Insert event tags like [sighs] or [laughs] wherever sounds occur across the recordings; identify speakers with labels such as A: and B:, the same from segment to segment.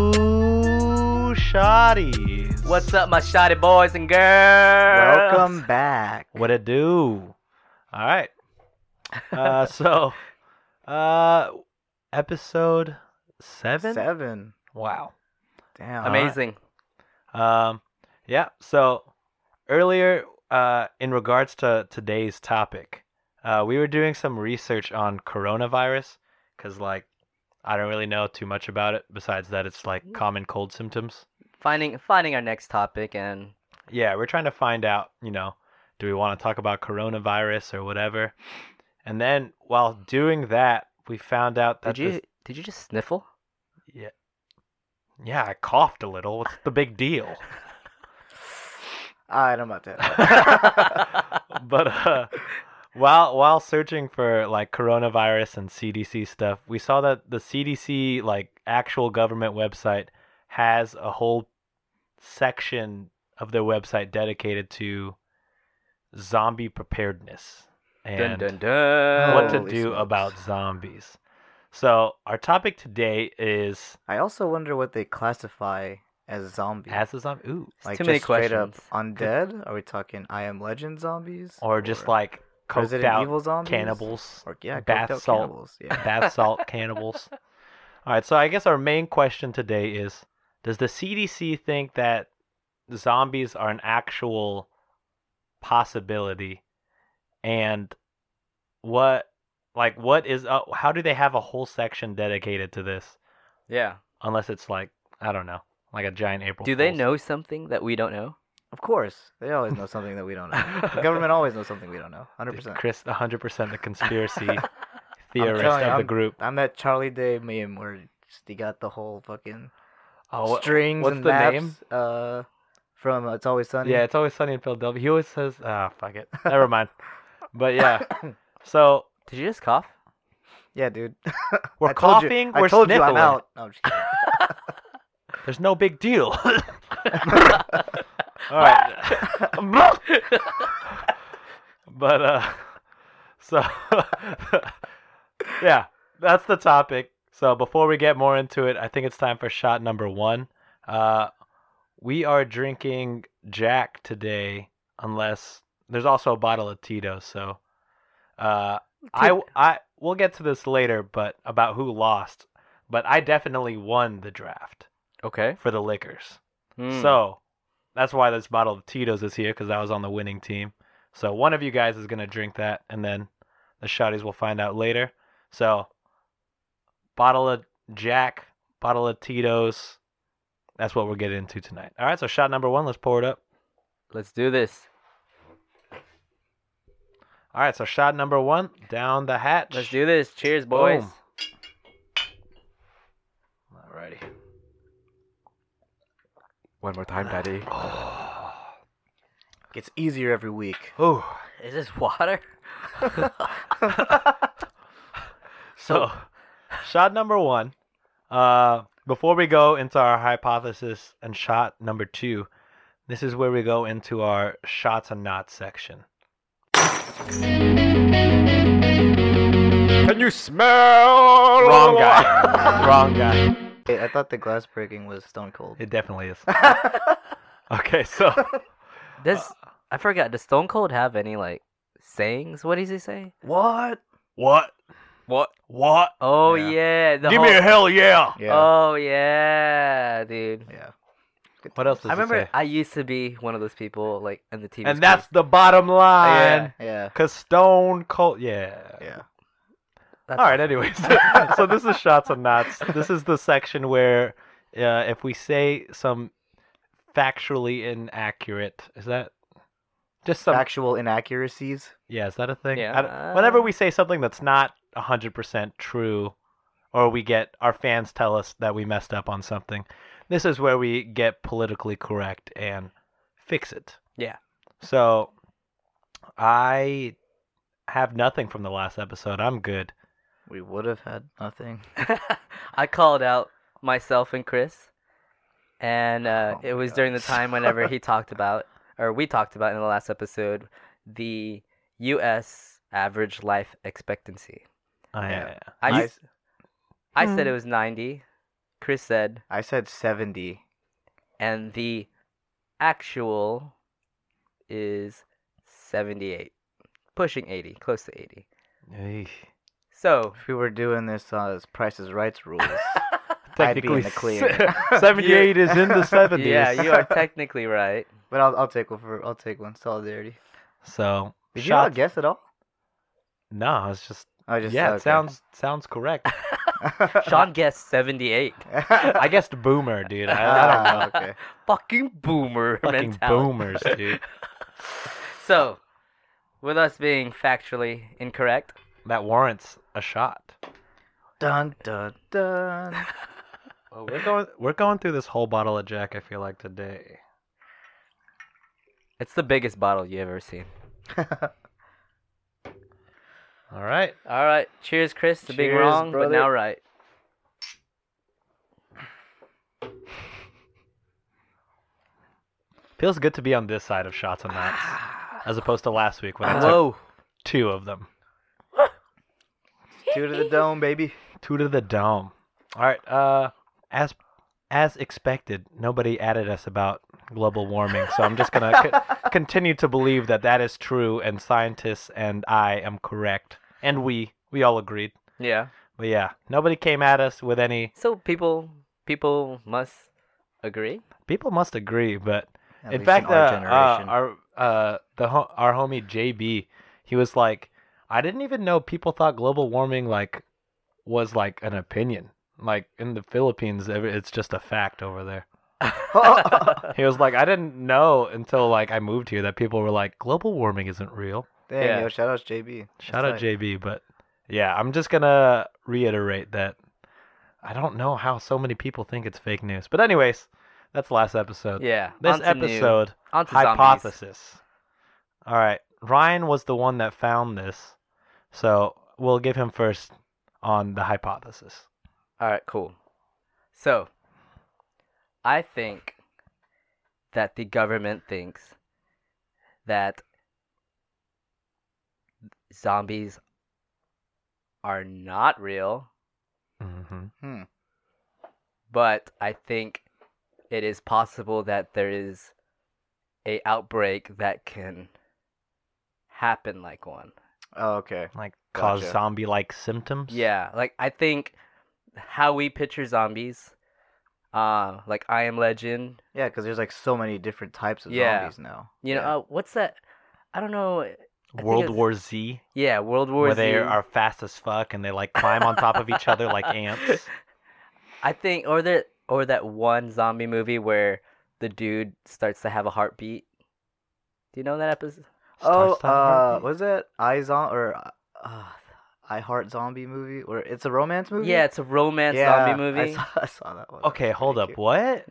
A: Hello, shotties.
B: What's up, my shoddy boys and
A: [laughs]
B: girls?
C: Welcome back.
A: What it do? All [laughs] right. Uh, so, uh, episode seven.
C: Seven.
A: Wow.
C: Damn.
A: All right.
B: Amazing.
A: Um, yeah. So earlier, uh, in regards to today's topic, uh, we were doing some research on coronavirus because, like, I don't really know too much about it besides that it's like common cold symptoms.
B: Finding finding our next topic and
A: yeah, we're trying to find out, you know, do we want to talk about coronavirus or whatever? And then while doing that, we found out that
B: did you
A: this-
B: did you just
A: [laughs]
B: sniffle? [laughs]
A: yeah, I coughed a little. What's the big
B: [laughs]
A: deal? [laughs]
C: I don't know Ah, about that.
A: but uh, while while searching for like coronavirus and CDC stuff, we saw that the CDC like actual government website has a whole section of their website dedicated to zombie preparedness and Oh,
B: dun dun dun.
A: what to
C: Holy
A: do
C: smokes.
A: about zombies. So our topic today is
C: I also wonder what they classify as zombie.
A: as a zombie, ooh,
C: like
B: too many
C: just straight
B: questions.
C: up undead? Are we talking I am legend zombies?
A: or just like coked
C: Resident
A: out
C: Evil zombies?
A: cannibals,
C: Or yeah, coked
A: bath
C: out
A: salt.
C: cannibals. Yeah.
A: bath salt cannibals. All right, so I guess our main question today is: Does the CDC think that zombies are an actual possibility, and what, like, what is? Uh, how do they have a whole section dedicated to this?
B: Yeah.
A: Unless it's like I don't know, like a giant April.
B: Do they
A: Fool's.
B: know something that we don't know?
C: Of course, they always know something that we don't
A: [laughs]
C: know. The government always knows something we don't know. Hundred percent.
A: Chris, 100% the
C: [laughs]
A: conspiracy theorist
C: telling
A: of
C: you,
A: the
C: I'm-
A: group.
C: I'm at Charlie Day meme where he got the whole fucking
A: Oh, what-
C: strings
A: what's
C: and
A: the
C: maps.
A: name?
C: Uh, from It's Always Sunny.
A: yeah, it's always sunny in Philadelphia. He always says, ah, fuck it. Never mind. But
C: [coughs]
A: yeah, so
B: Did you just cough?
C: yeah, dude.
A: we're
C: I told you-
A: coughing,
C: I
A: we're
C: told
A: sniffling.
C: you I'm out. No, I'm just kidding.
A: There's no big deal. [laughs] All right. but uh so [laughs] yeah, that's the topic. So before we get more into it, I think it's time for shot number 1. Uh we are drinking Jack today unless there's also a bottle of Tito, so uh I I we'll get to this later but about who lost, but I definitely won the draft
B: Okay.
A: for the liquors.
B: Hmm.
A: So that's why this bottle of Tito's is here because I was on the winning team. So one of you guys is gonna drink that, and then the shotties will find out later. So bottle of Jack, bottle of Tito's. That's what we're getting into tonight. All right, so shot number one. Let's pour it up.
B: let's do this.
A: All right, so shot number one down the hatch.
B: Let's do this. Cheers, boys.
A: Boom. Alrighty.
D: One more time,
C: [sighs]
D: Daddy.
A: Oh,
C: Gets easier every week.
B: Is this water?
A: So, [laughs] shot number one. Uh, before we go into our hypothesis and shot number two, this is where we go into our shots and not section.
D: Can you smell?
A: Wrong [laughs] guy. Wrong guy.
C: Hey, I thought the glass breaking was Stone Cold.
A: It definitely [laughs] is. Okay, so
B: Does
A: Uh,
B: I forgot. Does Stone Cold have any like sayings? What does he say?
C: what?
A: what? What? What?
B: Oh
C: Yeah.
B: yeah. the
A: Give
B: whole-
A: me a hell yeah.
C: Yeah.
B: Oh yeah, dude.
C: yeah.
A: What else does
B: I
A: it
B: remember
A: say?
B: I used to be one of those people like in the TV.
A: And that's the bottom line.
B: Yeah.
C: Yeah.
A: Cause Stone Cold, yeah.
C: Yeah.
A: All right. Anyways, [laughs] so this is shots and knots. This is the section where, uh, if we say some factually inaccurate, is that just some?
C: Factual inaccuracies.
A: yeah, is that a thing?
B: Yeah.
A: I don't- whenever we say something that's not hundred percent true, or we get our fans tell us that we messed up on something, this is where we get politically correct and fix it.
B: Yeah.
A: So, I have nothing from the last episode. I'm good.
C: We would have had nothing.
B: [laughs] I called out myself and Chris, and uh,
C: Oh
B: it
C: my
B: was
C: God.
B: during the time whenever
A: [laughs]
B: he talked about, or we talked about in the last episode, the U.S. average life expectancy.
A: I, uh,
C: Yeah.
B: I,
C: I-
A: Hmm.
B: s- I said it was ninety. Chris said,
C: I said 70.
B: and the actual is 78, pushing 80, close to 80. So,
C: If we were doing this on uh, Price is Rights rules, I'd be in
A: Technically,
C: the clear.
A: [laughs] se- 78 is in the 70s.
B: yeah, you
A: [laughs]
B: are technically right.
C: but I'll, I'll take one for I'll take one solidarity.
A: So,
C: Did you
A: shot-
C: not guess at all?
A: No, it's just.
C: I just
A: yeah,
C: okay.
A: it sounds sounds [laughs] correct.
C: [laughs]
B: Sean guessed 78.
A: I guessed boomer, dude. I, I don't know.
C: [laughs] Ah, okay.
B: Fucking boomer
A: Fucking
B: mentality.
A: boomers, dude.
B: So, with us being factually incorrect,
A: That warrants a shot.
C: Dun dun dun.
A: Well, we're going we're going through this whole bottle of Jack. I feel like today.
B: it's the biggest bottle you ever seen.
A: All right.
B: All right, cheers, Chris, to being
C: Cheers,
B: wrong, but now
C: brother.
B: right.
A: Feels good to be on this side of shots and knots, as opposed to last week when I took
B: [laughs] Whoa.
A: two of them.
C: Two to the dome, baby.
A: Two to the dome. All right. Uh, as as expected, nobody added us about global warming, so I'm just gonna co- continue to believe that that is true, and scientists and I am correct, and we we all agreed.
B: Yeah.
A: But yeah, nobody came at us with any.
B: So people people must agree.
A: People must agree, but
C: At
A: in
C: least
A: fact,
C: our
A: uh,
C: generation.
A: uh, our uh, the ho- our homie JB, he was like, I didn't even know people thought global warming like was like an opinion. Like in the Philippines, ev- it's just a fact over there.
C: [laughs]
A: He was like, I didn't know until like I moved here that people were like, global warming isn't real.
C: Dang,
B: [laughs] yeah.
C: yo, shout outs JB.
A: Shout out JB, but yeah, I'm just gonna reiterate that I don't know how so many people think it's fake news. But anyways, that's last episode.
B: yeah.
A: Uh, This
B: onto new-
A: episode
B: onto zombies.
A: hypothesis. All right, Ryan was the one that found this, so we'll give him first on the hypothesis.
B: All right, cool. So, I think that the government thinks that zombies are not real,
A: Mm-hmm.
B: but I think it is possible that there is a outbreak that can happen like one.
C: Oh, okay.
A: Like cause
C: Gotcha.
A: zombie-like symptoms.
B: Yeah, like I think how we picture zombies, uh, like I Am Legend,
C: Yeah, because there's like so many different types of
B: Yeah.
C: zombies now.
B: You know,
C: Yeah.
B: uh, what's that? I don't know. eh, think
A: World
B: it's-
A: War Z,
B: Yeah, World War
A: where
B: Z.
A: they are fast as fuck and they like climb on top of each other like ants.
B: I think, or that, or that one zombie movie where the dude starts to have a heartbeat. Do you know that episode?
C: oh,
A: Starts to hurt
C: uh,
A: me.
C: was that I Zom or uh, uh, I Heart Zombie movie? Or it's a romance movie?
B: Yeah, it's a romance
C: yeah,
B: zombie movie.
C: I saw, [laughs] I saw that one. That
A: [laughs] okay,
C: was
A: hold
C: pretty
A: up.
C: cute.
A: What?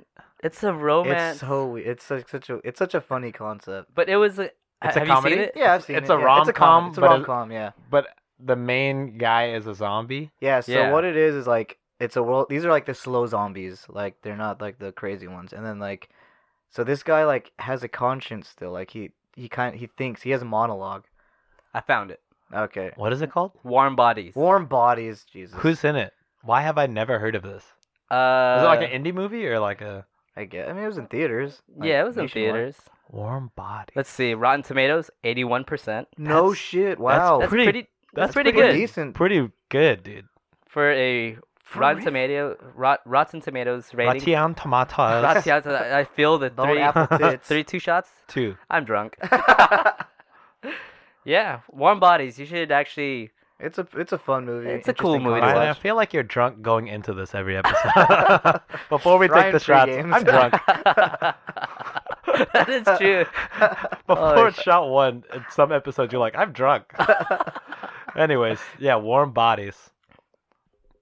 B: It's a romance.
C: It's so we- it's such, such a it's such a funny concept.
B: But it was. A,
A: It's
B: ha-
A: a
B: have you seen
A: comedy?
B: it?
C: Yeah, I've seen
A: it's a
C: it. yeah. It's a com-
A: rom-com,
C: It's a
A: but it-
C: rom com. Yeah.
A: But the main guy is a zombie.
C: Yeah, so
B: Yeah.
C: what it is is like it's a world these are like the slow zombies. Like they're not like the crazy ones. And then like so this guy like has a conscience still. Like he he kind he thinks he has a monologue.
B: I found it.
C: Okay.
A: What is it called?
B: Warm bodies.
C: Warm bodies, Jesus.
A: Who's in it? Why have I never heard of this?
B: Uh,
A: Is it like an indie movie or like a
C: I get I mean it was in theaters. like,
B: yeah, it was in
C: nationwide.
B: theaters.
A: warm body?
B: Let's see. Rotten Tomatoes, eighty-one percent.
C: No
A: That's-
C: shit. Wow.
B: That's
A: Pretty-
B: pretty.
A: that's
B: that's pretty,
A: pretty
B: good
C: decent.
A: Pretty good, dude.
B: for a
C: For
B: Rotten
C: real?
B: Tomato Rot, Rotten Tomatoes rating.
A: Ratian tomatoes.
B: [laughs] Gracias. I I feel the
C: Don't
B: three,
A: [laughs]
C: apple tits.
B: three two shots.
A: Two.
B: I'm drunk. yeah, warm bodies. You should actually. [laughs]
C: It's a it's a fun movie.
B: It's a cool
C: interesting
B: movie to
A: Ryan, I
C: concept.
A: feel like you're drunk going into this every episode. [laughs] Before we take
C: Ryan
A: the shots,
C: pre-games.
A: I'm drunk.
B: that is true.
C: [laughs]
B: [laughs]
A: Before
B: [laughs] Oh,
A: it's shot one, in some episodes you're like, I'm drunk. Anyways, yeah, warm bodies.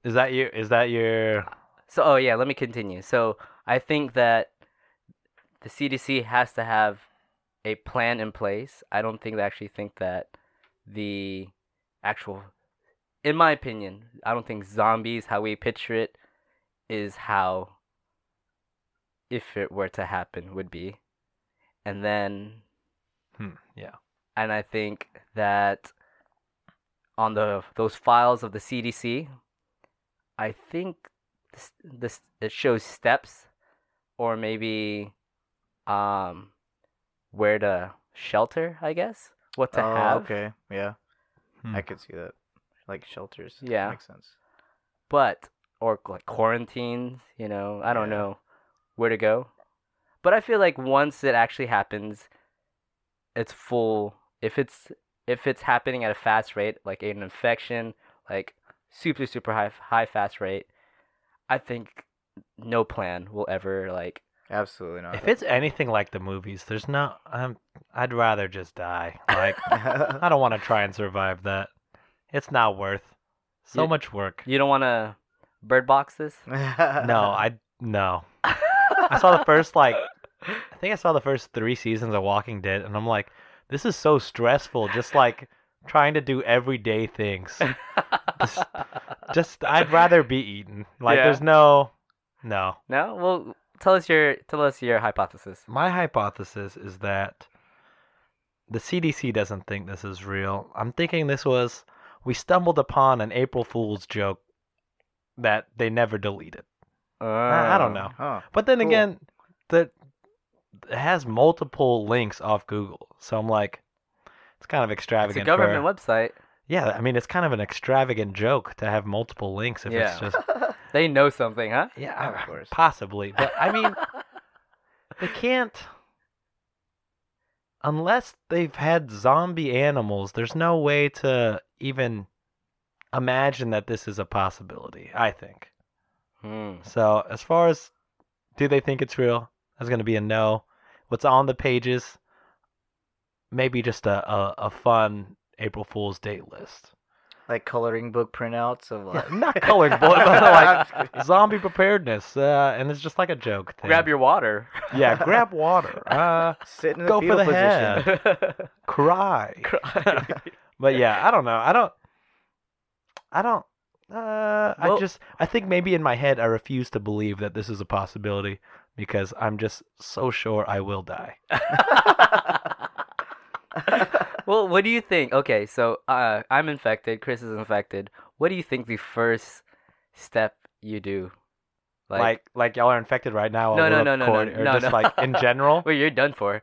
A: Is that you? Is that your?
B: So, oh yeah, let me continue. So, I think that the CDC has to have a plan in place. I don't think they actually think that the actual, in my opinion, I don't think zombies, how we picture it, is how, if it were to happen, would be. And then
A: Hmm, yeah.
B: and I think that on the those files of the CDC, I think s- this it shows steps or maybe um where to shelter i guess what to
C: oh,
B: have
C: okay, yeah,
A: Hmm.
C: I could see that. Like shelters.
B: Yeah.
C: makes sense.
B: but or like quarantines you know i don't
C: Yeah.
B: know where to go but i feel like once it actually happens it's full if it's if it's happening at a fast rate like an infection like super super high high fast rate i think no plan will ever like
C: Absolutely not.
A: If it's anything like the movies, there's not. I'm. I'd rather just die. Like
C: yeah,
A: I don't want to try and survive that. It's not worth so
B: You-
A: much work.
B: You don't want to bird box this?
A: [laughs]
C: [laughs]
A: No, I no. I saw the first like I think I saw the first three seasons of Walking Dead, and I'm like, this is so stressful. Just like trying to do everyday things. Just I'd rather be eaten. Like
B: Yeah.
A: there's no, no.
B: no. Well, tell us your tell us your hypothesis.
A: My hypothesis is that the CDC doesn't think this is real. I'm thinking this was we stumbled upon an April Fool's joke that they never deleted. I
B: Um,
A: I don't know.
C: Huh.
A: But then
C: Cool.
A: again, the it has multiple links off Google, so I'm like, it's kind of
B: It's a
A: extravagant. for-
B: government website.
A: Yeah, I mean, it's kind of an extravagant joke to have multiple links if
B: Yeah.
A: it's
C: [laughs]
A: just
B: They know something, huh?
A: yeah,
C: Of course.
A: possibly. But I mean, they can't unless they've had zombie animals. There's no way to even imagine that this is a possibility. I think.
B: Hmm.
A: So as far as do they think it's real, that's gonna be a no. What's on the pages? Maybe just a, a, a fun April Fool's Day list.
C: [laughs] Like coloring book printouts of like
A: Not colored boy, but
C: [laughs]
A: like zombie preparedness, uh, and it's just like a joke thing.
B: Uh, Grab your water.
A: yeah, grab water. Uh,
C: sit in the
A: Go for
C: fetal
A: the
C: position.
A: head. [laughs]
B: [laughs]
A: cry. [laughs] But yeah, I don't know. I don't. I don't. Uh, I
B: Well-
A: just. I think maybe in my head, I refuse to believe that this is a possibility because I'm just so sure I will die.
B: [laughs] well, what do you think? Okay, so uh, I'm infected. Chris is infected. What do you think the first step you do?
A: Like, like, y'all are infected right now.
B: No,
A: while
B: no,
A: we're
B: no, no, no,
A: recording, or
B: no,
A: just
B: no.
A: like in
B: [laughs]
A: general.
B: Wait, you're done for.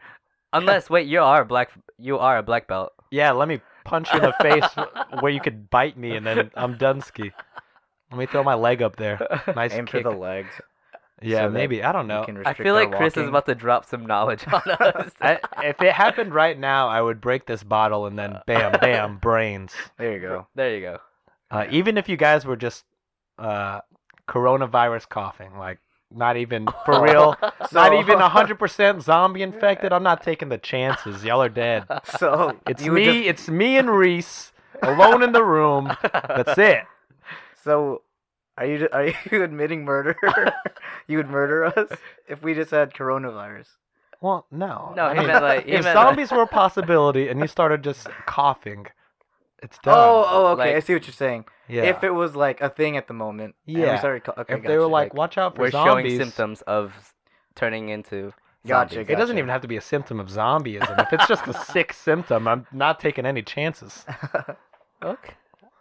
B: Unless wait, you are a black. You are a black belt.
A: yeah, let me punch you in the face where you could bite me, and then I'm Dunsky. Let me throw my leg up there. Nice
C: Aim
A: kick.
C: for the legs.
A: yeah,
C: so that
A: maybe I don't
C: You
A: know.
C: can
B: I
C: restrict
B: feel
C: our
B: like Chris is
C: walking.
B: about to drop some knowledge [laughs] on us.
A: I, if it happened right now, I would break this bottle and then bam, bam, brains.
C: There you go.
B: [laughs] there you go.
A: Uh, even if you guys were just uh, coronavirus coughing, like not even for real, [laughs] not
C: So- [laughs]
A: even 100% zombie infected, I'm not taking the chances. Y'all are dead.
C: So
A: It's
C: you would
A: me,
C: just-
A: it's me and Reese alone in the room. That's it.
C: so are you are you [laughs] admitting murder? you would murder us if we just had coronavirus.
A: Well, no.
B: No,
A: I
B: he
A: mean,
B: meant like he
A: if
B: meant
A: zombies were a possibility and you started just coughing, it's done.
C: Oh, oh, okay. I
B: Like-
C: see what you're saying.
A: yeah.
C: If it was like a thing at the moment, and we
A: Yeah.
C: started co- okay,
A: If they were
C: gotcha,
A: like, watch out
B: like,
A: for
B: we're
A: zombies.
B: showing symptoms of s- turning into.
C: Gotcha,
B: zombies.
A: It doesn't even have to be a symptom of zombieism. if it's
B: [laughs]
A: just a sick symptom, I'm not taking any chances.
B: Okay.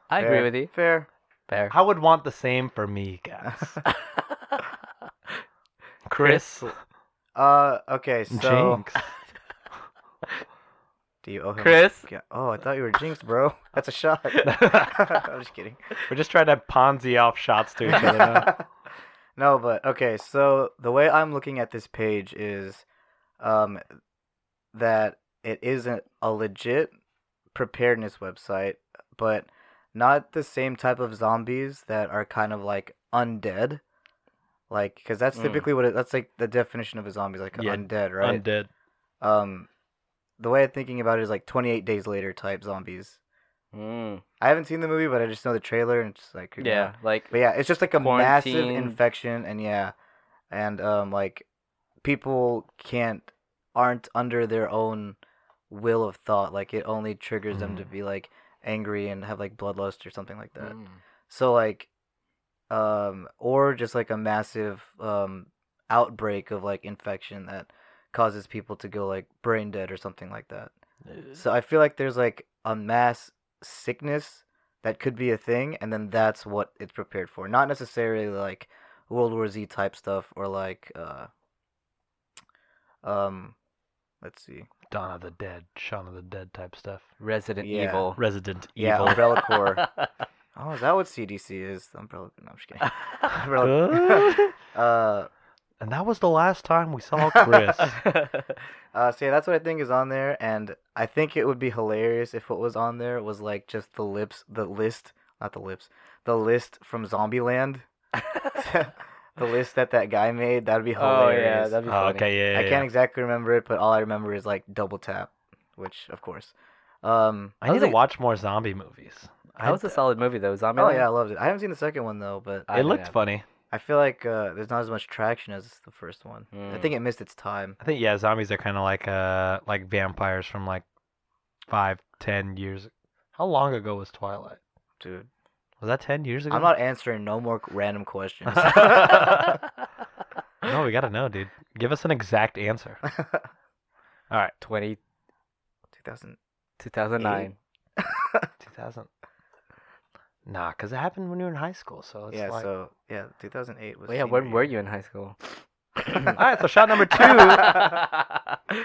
B: I
C: Fair.
B: agree with you.
C: fair.
B: Fair.
A: I would want the same for me, guys.
B: [laughs]
A: Chris,
C: Uh, okay, so
A: Jinx.
C: do you owe him?
B: Chris,
C: Yeah. Oh, I thought you were jinxed, bro. [laughs] That's
A: [laughs]
C: a shot. I'm just kidding.
A: We're just trying to Ponzi off shots to each other.
B: [laughs]
A: Now.
C: [laughs] no, but okay. So the way I'm looking at this page is, um, that it isn't a legit preparedness website, but not the same type of zombies that are kind of like undead, like because that's
B: Mm.
C: typically what it, that's like the definition of a zombie is like
A: Yeah,
C: undead, right?
A: Undead.
C: um, the way I'm thinking about it is like 28 days later type zombies.
B: Mm,
C: I haven't seen the movie, but I just know the trailer and it's just like creeped me out.
B: yeah, like
C: But yeah, it's just like a massive
B: Quarantine.
C: infection, and yeah, and um, like people can't aren't under their own will of thought. Like it only triggers them to
B: Mm-hmm.
A: Mm.
C: be like angry and have like bloodlust or something like that.
B: mm.
C: So like, um, or just like a massive um outbreak of like infection that causes people to go like brain dead or something like that. So I feel like there's like a mass sickness that could be a thing, and then that's what it's prepared for. Not necessarily like World War Z type stuff or like uh um let's see.
A: Dawn of the Dead, Shaun of the Dead type stuff.
B: Resident
C: Yeah.
B: Evil.
A: Resident
C: Yeah,
A: Evil.
C: Umbrella
B: [laughs]
A: [laughs]
C: Corps. Oh, is that what CDC is? The umbrella no, I'm just kidding. [laughs] Umbrella [laughs]
A: Good.
C: Uh
A: and that was the last time we
C: [laughs]
A: saw Chris.
C: Uh, so yeah, that's what I think is on there, and I think it would be hilarious if what was on there was like just the lips, the list, not the lips, the list from Zombieland, [laughs] the list that that guy made. That'd be
B: oh
C: hilarious.
B: yeah, that'd
A: [laughs]
B: be
A: oh,
B: funny.
A: okay, yeah, yeah.
C: I
A: yeah.
C: can't exactly remember it, but all I remember is like double tap, which of course. Um,
A: I
B: That
A: need
B: was
A: to
B: a-
A: watch more zombie movies.
B: That was a solid movie though. Zombie.
C: oh yeah, I loved it. I haven't seen the second one though, but
A: it
B: I didn't
A: looked
B: have-
A: funny.
C: I feel like uh, there's not as much traction as the first one. I
B: Mm.
A: [laughs]
B: [laughs]
C: think it missed its time.
A: I think yeah, zombies are kind of like uh like vampires from like five, ten years. How long ago was Twilight?
C: Dude,
A: Was that ten years ago?
C: I'm not answering no more random
A: [laughs]
C: questions. [laughs]
A: No, we gotta know, dude. Give us an exact
C: [laughs]
A: answer.
B: 20,
C: 2000.
B: 2009.
A: 2000. Nah, because it happened when you were in high school, so it's
C: yeah,
A: like.
C: so yeah, 2008 was.
B: Well, yeah,
C: senior
B: when were
C: year.
B: you in high school?
A: [laughs] All right, so shot
C: [laughs]
A: number [laughs] two
B: Two.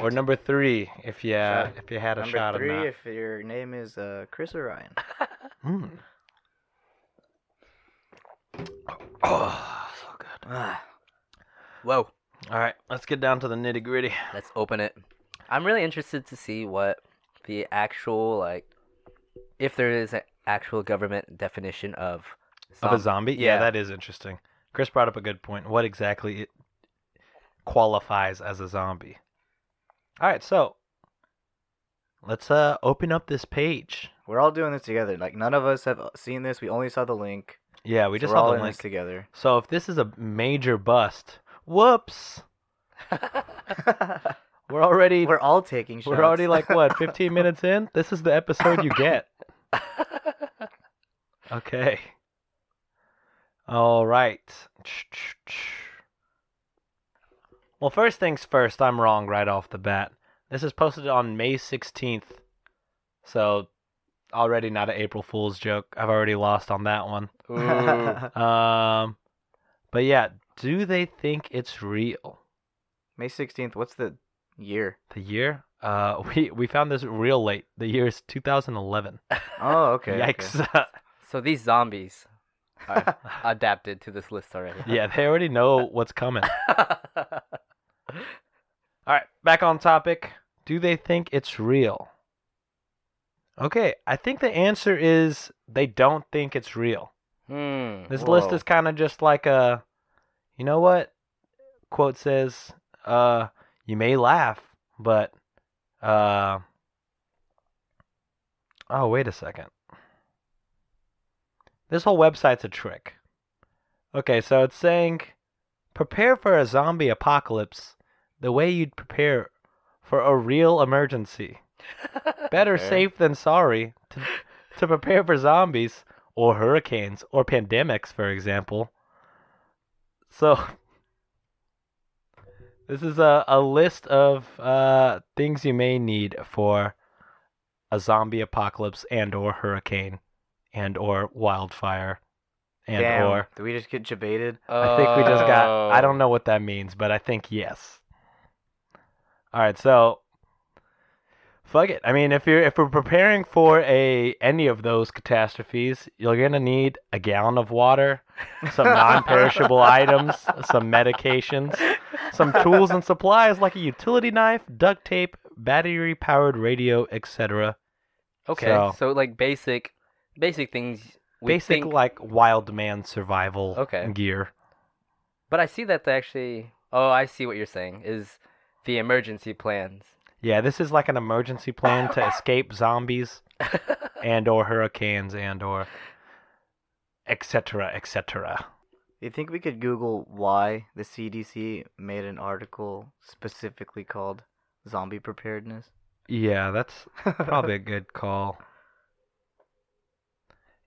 A: or number three, if you
C: Shot-
A: if you had a
C: Number
A: shot
C: three,
A: on that.
C: if your name is uh, Chris
A: [laughs]
C: or Ryan.
A: Mm. Oh, so good.
C: Ah,
B: [laughs] Whoa.
A: All right, let's get down to the nitty gritty.
B: Let's open it. I'm really interested to see what the actual like, if there is an actual government definition of
A: Of a
B: zombie.
C: Um,
A: zombie? Yeah,
B: Yeah.
A: that is interesting. Chris brought up a good point. What exactly it qualifies as a zombie? All right, so let's uh open up this page.
C: we're all doing this together. Like none of us have uh, seen this. We only saw the link.
A: Yeah, we
C: so
A: just
C: we're all
A: saw
C: in
A: the
C: this
A: link. [laughs]
C: together. [laughs]
A: So if this is a major bust, whoops, we're already
C: we're all taking shots.
A: We're already like what, 15 minutes in? This is the episode you get. okay. All right. Well, first things first, I'm wrong right off the bat. This is posted on May 16th. So already not an April Fool's joke. I've already lost on that one.
B: Ooh.
A: Um but yeah, do they think it's real?
C: [laughs] May 16th. What's the year?
A: The year? Uh [laughs] we we found this real late. The year is 2011.
C: Oh,
A: [laughs]
C: okay. okay.
A: Yikes.
B: So these zombies
A: [laughs]
B: are adapted to this list already.
A: yeah, they already
C: [laughs]
A: know what's coming. All right, back on topic. Do they think it's real? Okay, I think the answer is they don't think it's real.
B: [laughs] hmm.
A: This list
C: Whoa.
A: is kind of just like a, you know what? Quote says, uh, you may laugh, but, uh, oh, wait a second. This whole website's a trick. Okay, so it's saying prepare for a zombie apocalypse the way you'd prepare for a real emergency. Better
C: Okay.
A: safe than sorry to, to prepare for zombies or hurricanes or pandemics, for example. So, this is a, a list of uh, things you may need for a zombie apocalypse and or hurricane and or wildfire and
C: Damn.
A: or
C: Did we just get debated?
A: I think we just got
B: Oh.
A: I don't know what that means, but I think yes. All right, so fuck it. I mean, if you're if we're preparing for a any of those catastrophes, you're going to need a gallon of water, some
B: [laughs]
A: non-perishable items, some medications, some tools and supplies like a utility knife, duct tape, battery-powered radio, etc.
B: Okay,
A: So-
B: so, like basic, basic things. We
A: Basic
B: think,
A: like wild man survival
B: Okay.
A: gear.
B: but I see that they actually. Oh, I see what you're saying. Is the emergency plans?
A: Yeah, this is like an emergency plan [laughs] to escape zombies and or hurricanes and or etc. etc.
C: Do you think we could Google why the CDC made an article specifically called "Zombie Preparedness"?
A: Yeah, that's [laughs] probably a good call.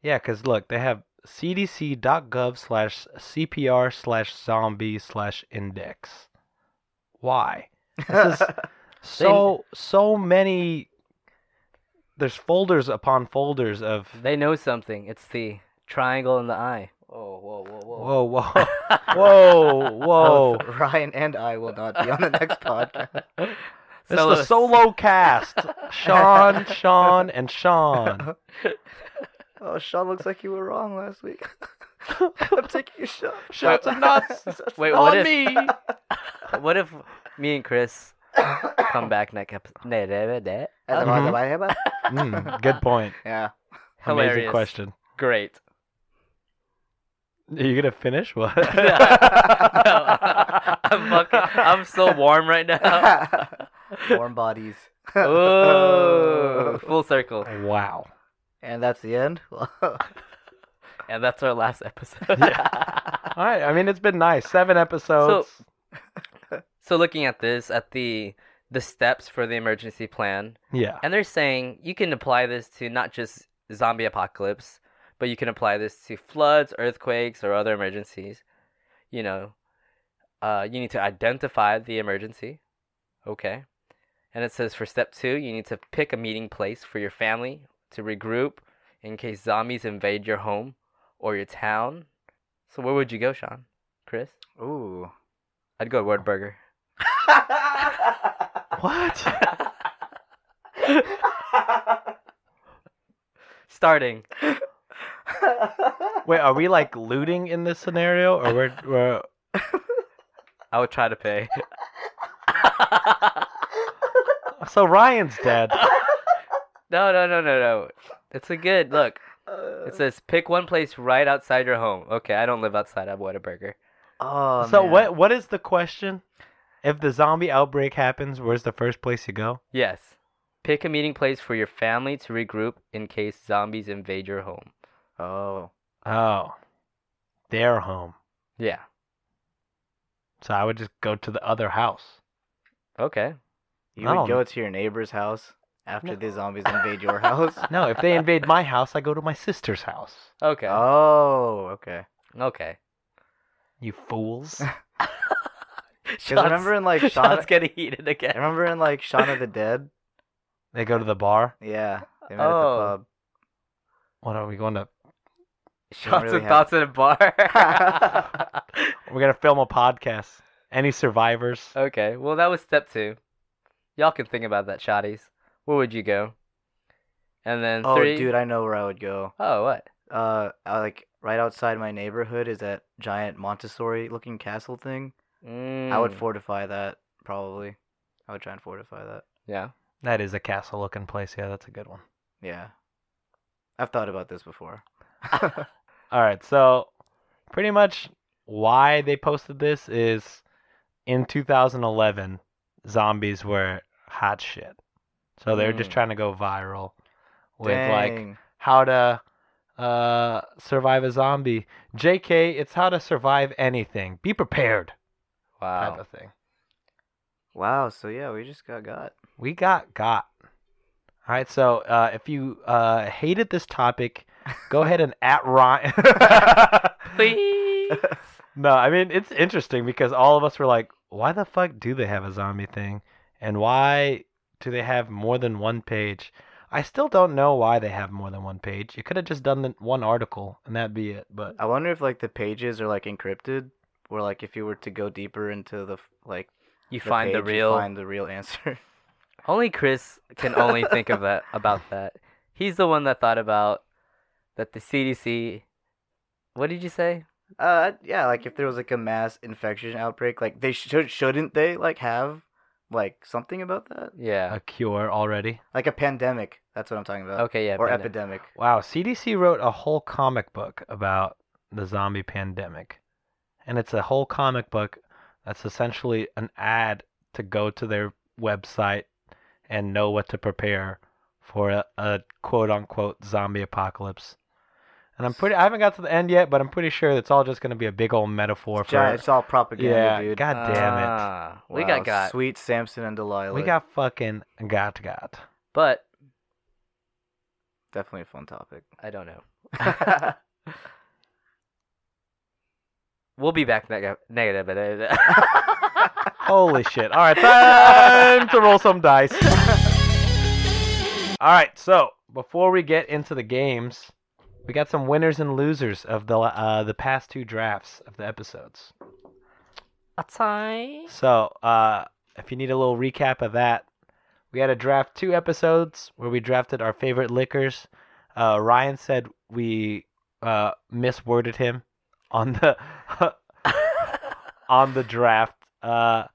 A: Yeah, because look, they have cdc.gov slash cpr slash zombie slash index. Why?
C: [laughs]
A: This is so so many. There's folders upon folders of
B: They know something. It's the triangle in the eye.
C: Oh,
B: Whoa, whoa, whoa, whoa.
A: Whoa, [laughs] whoa, whoa, whoa.
C: Both [laughs] Ryan and I will not be on the [laughs] next podcast.
A: This is the solo cast. Sean, Sean, and Sean.
C: Oh, Sean looks like you were wrong last week. [laughs] I'm taking a shot.
A: Shots of nuts.
B: Wait,
A: on
B: what if
A: me.
B: [laughs] what if me and Chris come back next episode?
C: As I'm on the way back.
A: Mm, good point.
C: Yeah.
A: Amazing
B: Hilarious.
A: question.
B: Great. [laughs]
A: Are you gonna finish? What?
B: No, I'm fucking. I'm so warm right
A: [laughs]
B: now.
C: [laughs] Warm bodies.
B: Ooh,
C: Oh.
B: full circle,
A: [laughs] wow.
C: And that's the end. [laughs]
B: and that's our last episode.
A: All right. I mean, it's been nice. Seven episodes.
B: so looking at this, at the the steps for the emergency plan,
A: yeah.
B: and they're saying you can apply this to not just zombie apocalypse, but you can apply this to floods, earthquakes, or other emergencies. You know, uh, you need to identify the emergency. Okay. And it says for step two, you need to pick a meeting place for your family to regroup in case zombies invade your home or your town. So where would you go, Sean? Chris?
C: Ooh.
B: I'd go to Word Burger.
C: [laughs]
A: What?
B: Starting.
A: Wait, are we like looting in this scenario, or we're, we're
B: I would try to pay. [laughs]
A: so Ryan's dead.
B: no, no, no, no, no. It's a good look. It says pick one place right outside your home. Okay, I don't live outside of Whataburger.
C: [laughs] oh,
A: so
C: man.
A: what? What is the question? If the zombie outbreak happens, where's the first place you go?
B: Yes. Pick a meeting place for your family to regroup in case zombies invade your home.
C: Oh.
A: Oh, their home.
B: Yeah.
A: So I would just go to the other house.
B: Okay.
C: You
A: I
C: would
A: don't-
C: go to your neighbor's house after
A: No.
C: the zombies invade [laughs] your house?
A: No, if they invade my house, I go to my sister's house.
B: Okay.
C: Oh, okay.
B: okay.
A: You fools.
C: Because
B: Sean's-
C: remember
B: [laughs]
C: in like Shaun,
B: Sean's getting heated again.
C: remember in like Shaun of the Dead?
A: They go to the bar.
C: Yeah, they met
B: Oh.
A: What are we going to?
B: Sean's
C: really have-
B: thoughts in a
C: [laughs]
B: bar. [laughs]
A: We're gonna film a podcast. Any survivors?
B: okay. Well, that was step two. Y'all can think about that, shotties. Where would you go? And then
C: at the pub.
B: three.
C: Oh, dude, I know where I would go.
B: Oh, what?
C: Uh, I, like right outside my neighborhood is that giant Montessori-looking castle thing. I would
B: Mm,
C: fortify that probably. I would try and fortify that.
B: Yeah.
A: That is a castle-looking place. Yeah, that's a good one.
C: Yeah, I've thought about this before.
A: All right, so pretty much why they posted this is in 2011, zombies were hot shit. So they were just
B: Mm.
A: trying to go viral with like
C: Dang.
A: how to uh, survive a zombie. JK, it's how to survive anything. Be prepared
B: Wow.
A: type of thing.
C: wow. So yeah, we just got got.
A: We got got. All right, so uh, if you uh, hated this
B: [laughs]
A: topic, go ahead and at [laughs] Ryan.
B: Please.
A: No, I mean it's interesting because all of us were like, why the fuck do they have a zombie thing? And why do they have more than one page? I still don't know why they have more than one page. You could have just done the one article and that'd be it. But
C: I wonder if like the pages are like encrypted, or like if you were to go deeper into the f- like
B: you find the
C: page, you
B: real.
C: find the real [laughs] answer.
B: Only Chris can only think of that about that. He's the one that thought about that the CDC. What did you say?
C: Uh, yeah, like if there was like a mass infection outbreak, like they should shouldn't they like have like something about that,
B: Yeah.
A: a cure already.
C: like a pandemic. That's what I'm talking about,
B: Okay. Yeah.
C: or
B: pandemic.
C: epidemic.
A: Wow, CDC wrote a whole comic book about the zombie pandemic. And it's a whole comic book that's essentially an ad to go to their website and know what to prepare for a, a quote unquote zombie apocalypse. And I'm pretty I haven't got to the end yet, but I'm pretty sure it's all just going to be a big old metaphor
C: It's, giant-
A: for
C: it's all propaganda,
A: Yeah,
C: dude.
A: god damn it.
B: Ah, We
C: Wow,
B: got got.
C: Sweet Samson and Delilah.
A: We got fucking got got.
B: But
C: definitely a fun topic.
B: I don't know.
C: [laughs]
B: We'll be back neg- negative. uh,
C: [laughs]
A: Holy shit. All right, time to roll some dice. All right, so before we get into the games, We got some winners and losers of the uh, the past two drafts of the episodes.
B: Atai.
A: So, uh, if you need a little recap of that, we had a draft two episodes where we drafted our favorite liquors. Uh, Ryan said we uh, misworded him on the [laughs] on the draft. Uh,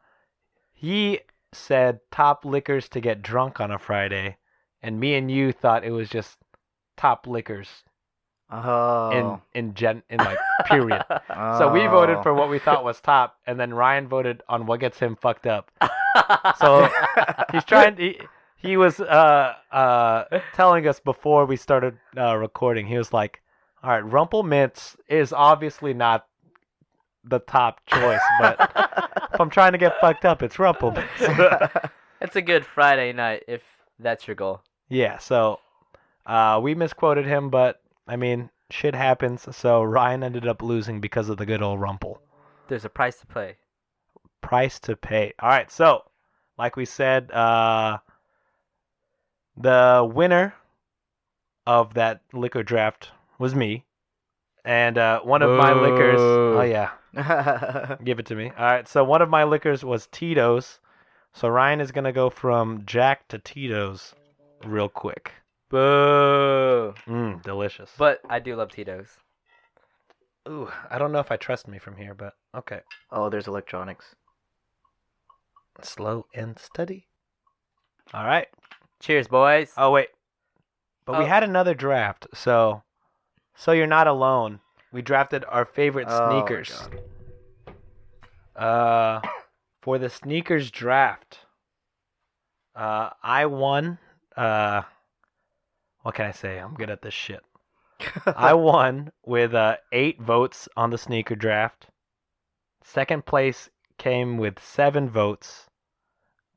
A: he said top liquors to get drunk on a Friday, and me and you thought it was just top liquors
C: Oh. Oh.
A: in in gen in like period.
B: [laughs]
A: So we voted for what we thought was top, and then Ryan voted on what gets him fucked up. So he's trying. He, he was uh, uh, telling us before we started uh, recording. He was like, "All right, Rumple Mints is obviously not the top choice, but if I'm trying to get fucked up, it's Rumple Mints."
C: [laughs]
A: [laughs]
B: It's a good Friday night if that's your goal.
A: yeah. So uh, we misquoted him, but I mean, shit happens. So Ryan ended up losing because of the good old Rumple.
B: There's a price to pay.
A: price to pay. All right, so like we said, uh, the winner of that liquor draft was me, and uh, one of my liquors.
D: Boo.
A: Oh yeah, give it to me. All right, so one of my liquors was Tito's. So Ryan is gonna go from Jack to Tito's real quick.
B: Boo.
A: Mmm, delicious.
B: But I do love Tito's.
A: ooh, I don't know if I trust me from here, but okay.
C: oh, there's electronics.
A: Slow and steady. All right.
B: Cheers, boys.
A: Oh wait, but we
B: Oh.
A: had another draft. So, so you're not alone. We drafted our favorite
C: Oh my
A: sneakers. Uh, for the sneakers draft, uh, I won. Uh, what can I say? I'm good at this shit. I won with uh, eight votes on the sneaker draft. Second place came with seven votes.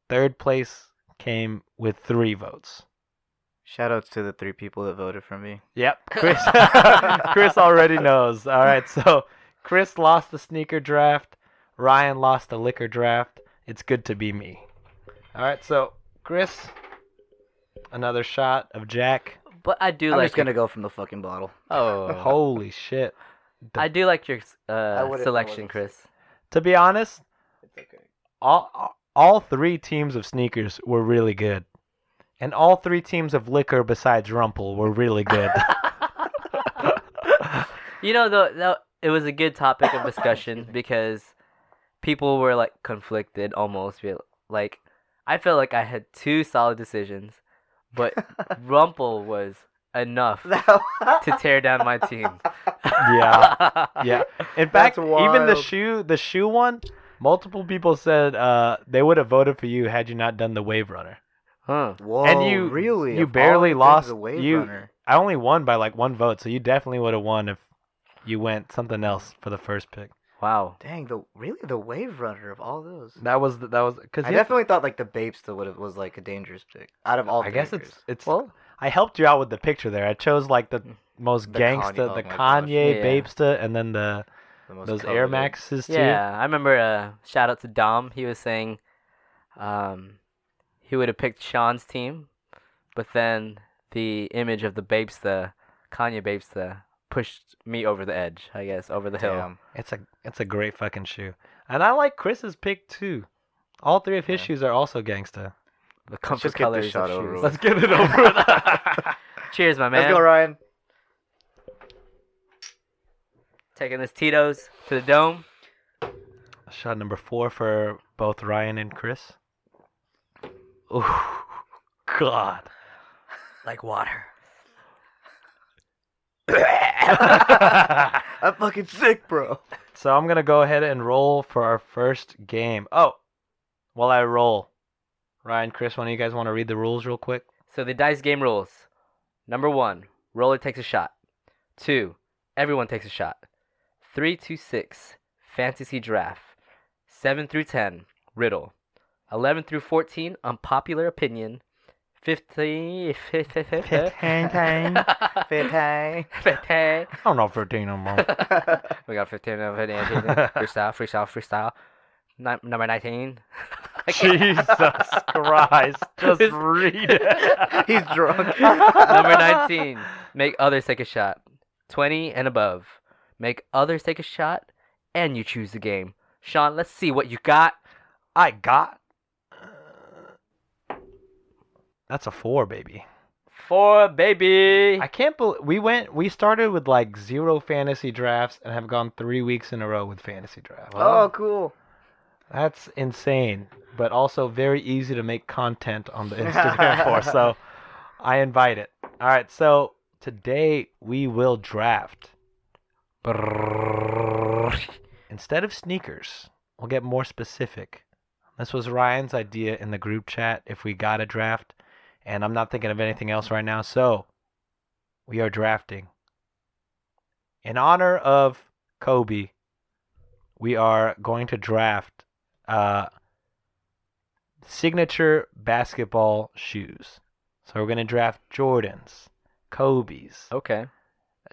A: Third place came with three votes.
C: [laughs] Shout outs to the three people that voted for me.
A: Yep, Chris. [laughs] Chris already knows. All right, so Chris lost the sneaker draft. Ryan lost the liquor draft. It's good to be me. All right, so Chris, another shot of Jack.
B: But I do
C: I'm
B: like
C: just gonna go from the fucking bottle.
B: Oh.
A: Holy shit!
B: I do like your uh,
C: would've
B: selection,
C: noticed.
B: Chris.
A: To be honest,
C: It's [laughs] okay.
A: all all three teams of sneakers were really good, and all three teams of liquor besides Rumple were really good.
B: You know, though, though it was a good topic of discussion because people were like conflicted almost. Be- Like, I felt like I had two solid decisions, but Rumple was
C: [laughs]
B: enough to tear down my team.
A: yeah.
C: [laughs]
A: yeah. In
C: That's
A: fact, even the
C: wild.
A: shoe, the shoe one, multiple people said uh, they would have voted for you had you not done the Wave Runner.
B: [laughs] Huh.
C: Whoa,
A: you-
C: really?
A: you
C: Of all
A: barely
C: the things,
A: lost-
C: the wave
A: you-
C: runner.
A: I only won by like one vote, so you definitely would have won if you went something else for the first pick.
B: Wow.
C: Dang, the really the wave runner of all those.
A: That was the, that was because
C: I definitely thought like the Babe still would have was like a dangerous pick out of all.
A: I
C: the
A: guess
C: liquors.
A: it's it's.
B: Well,
A: I helped you out with the picture there. I chose like the most
C: Mm. The Kanye-
A: gangsta,
C: oh
A: the
C: my gosh.
A: Kanye,
B: Yeah.
A: Babesta, and then the
C: the most
A: those Air
C: colored.
A: Maxes too.
B: yeah. I remember uh, shout out to Dom. He was saying um, he would have picked Sean's team, but then the image of the Babesta, Kanye Babesta, pushed me over the edge, I guess, over the hill.
C: Damn.
A: It's a it's a great fucking shoe, and I like Chris's pick too. All three of his
C: Yeah.
A: shoes are also gangsta.
B: The comfort
C: just get
B: colors
C: this shot
B: of
C: over
B: shoes.
C: with.
A: Let's get it over. with.
B: Cheers, my
C: Let's
B: man.
C: go, Ryan.
B: Taking this Tito's to the dome.
A: [laughs] Shot number four for both Ryan and Chris. Ooh, God.
B: Like water.
C: I'm fucking sick, bro.
A: [laughs] so I'm gonna go ahead and roll for our first game. Oh, while I roll, Ryan, Chris, one of you guys want to read the rules real quick?
B: So the dice game rules. Number one, roller takes a shot. Two, everyone takes a shot. Three to six, fantasy draft. Seven through ten, riddle. Eleven through fourteen, unpopular opinion. Fifteen,
C: [laughs] Fit, hey.
B: fifteen.
A: I don't know if 13 or [laughs] more.
B: we got 15 of it. Anthony. Freestyle, freestyle, freestyle. Ni- number 19. [laughs] I can't-
A: Jesus Christ. Just read it. [laughs]
C: He's drunk.
B: number 19. Make others take a shot. 20 and above. Make others take a shot, and you choose the game. Sean, let's see what you got.
A: I got. That's a four, baby.
B: Four, baby.
A: I can't believe we went. We started with like zero fantasy drafts and have gone three weeks in a row with fantasy drafts.
C: Oh, cool.
A: That's insane, but also very easy to make content on the Instagram for. So I invite it. All right. So today we will draft. Instead of sneakers, we'll get more specific. This was Ryan's idea in the group chat if we got a draft, and I'm not thinking of anything else right now. So we are drafting. In honor of Kobe, we are going to draft uh, signature basketball shoes. So we're going to draft Jordans, Kobe's,
B: [laughs] Okay.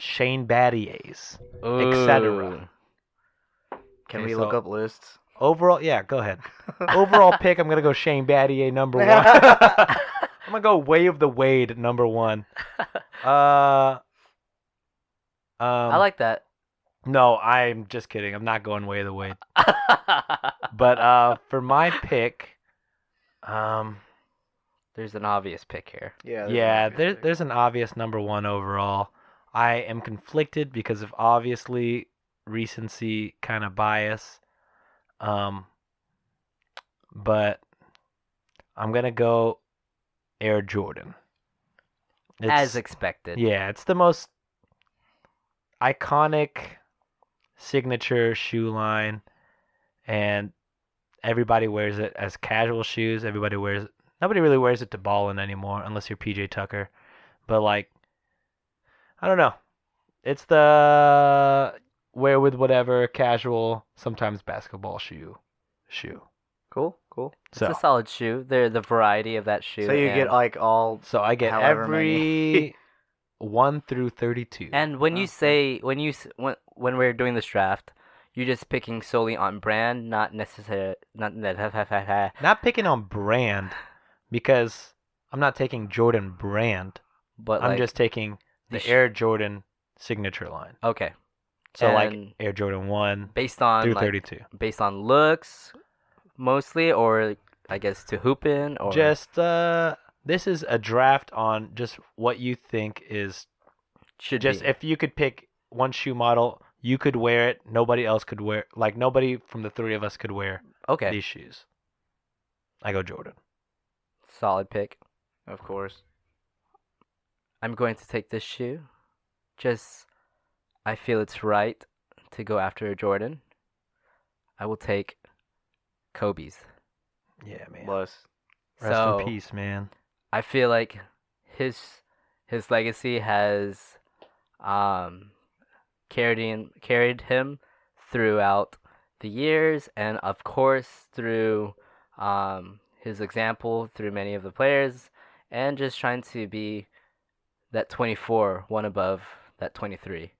A: Shane Battier's, etc. [laughs]
B: Ooh.
C: Can
A: Okay,
C: we look
A: so-
C: up lists?
A: Overall, yeah, go ahead.
B: [laughs]
A: Overall pick, I'm gonna go Shane Battier
C: [laughs]
A: number one. I'm gonna go Way of the Wade at number
B: [laughs]
A: one. Uh, um,
B: I like that. [laughs]
A: No, I'm just kidding. I'm not going Way of the Wade. But uh, for my pick, um,
B: There's an obvious pick here.
C: Yeah.
A: yeah, there, there's an obvious number one overall. I am conflicted because of obviously recency kind of bias. Um, but I'm gonna go Air Jordan.
B: As
A: It's-
B: expected.
A: yeah, it's the most iconic signature shoe line, and everybody wears it as casual shoes. Everybody wears it. Nobody really wears it to ball in anymore, unless you're PJ Tucker. But like, I don't know. It's the wear with whatever casual, sometimes basketball shoe, shoe.
C: Cool. Cool.
B: It's
A: So,
B: a solid shoe. They're the variety of that shoe.
C: So you get
B: and-
C: like all.
A: so I get
C: however many. [laughs]
A: every one through thirty-two.
B: And when you
C: Oh,
B: say when you s- when when we're doing this draft, you're just picking solely on brand, not necessary, not that.
A: not picking on brand because I'm not taking Jordan brand.
B: But
A: I'm
B: like,
A: just taking the
B: the sh-
A: Air Jordan signature line.
B: okay.
A: So
B: And-
A: like Air Jordan 1
B: Based on
A: through
B: like,
A: 32.
B: based on looks, mostly, or I guess to hoop in, or
A: Just uh this is a draft on just what you think is
B: should
A: just
B: be.
A: if you could pick one shoe model, you could wear it, nobody else could wear like nobody from the three of us could wear
B: okay.
A: these shoes. I go Jordan.
B: Solid pick.
C: Of course.
B: I'm going to take this shoe. Just, I feel it's right to go after Jordan. I will take Kobe's.
A: Yeah, man.
C: Plus.
A: Rest
B: so
A: in peace, man.
B: I feel like his his legacy has um, carried in, carried him throughout the years, and of course through um, his example through many of the players, and just trying to be that 24, one above that 23.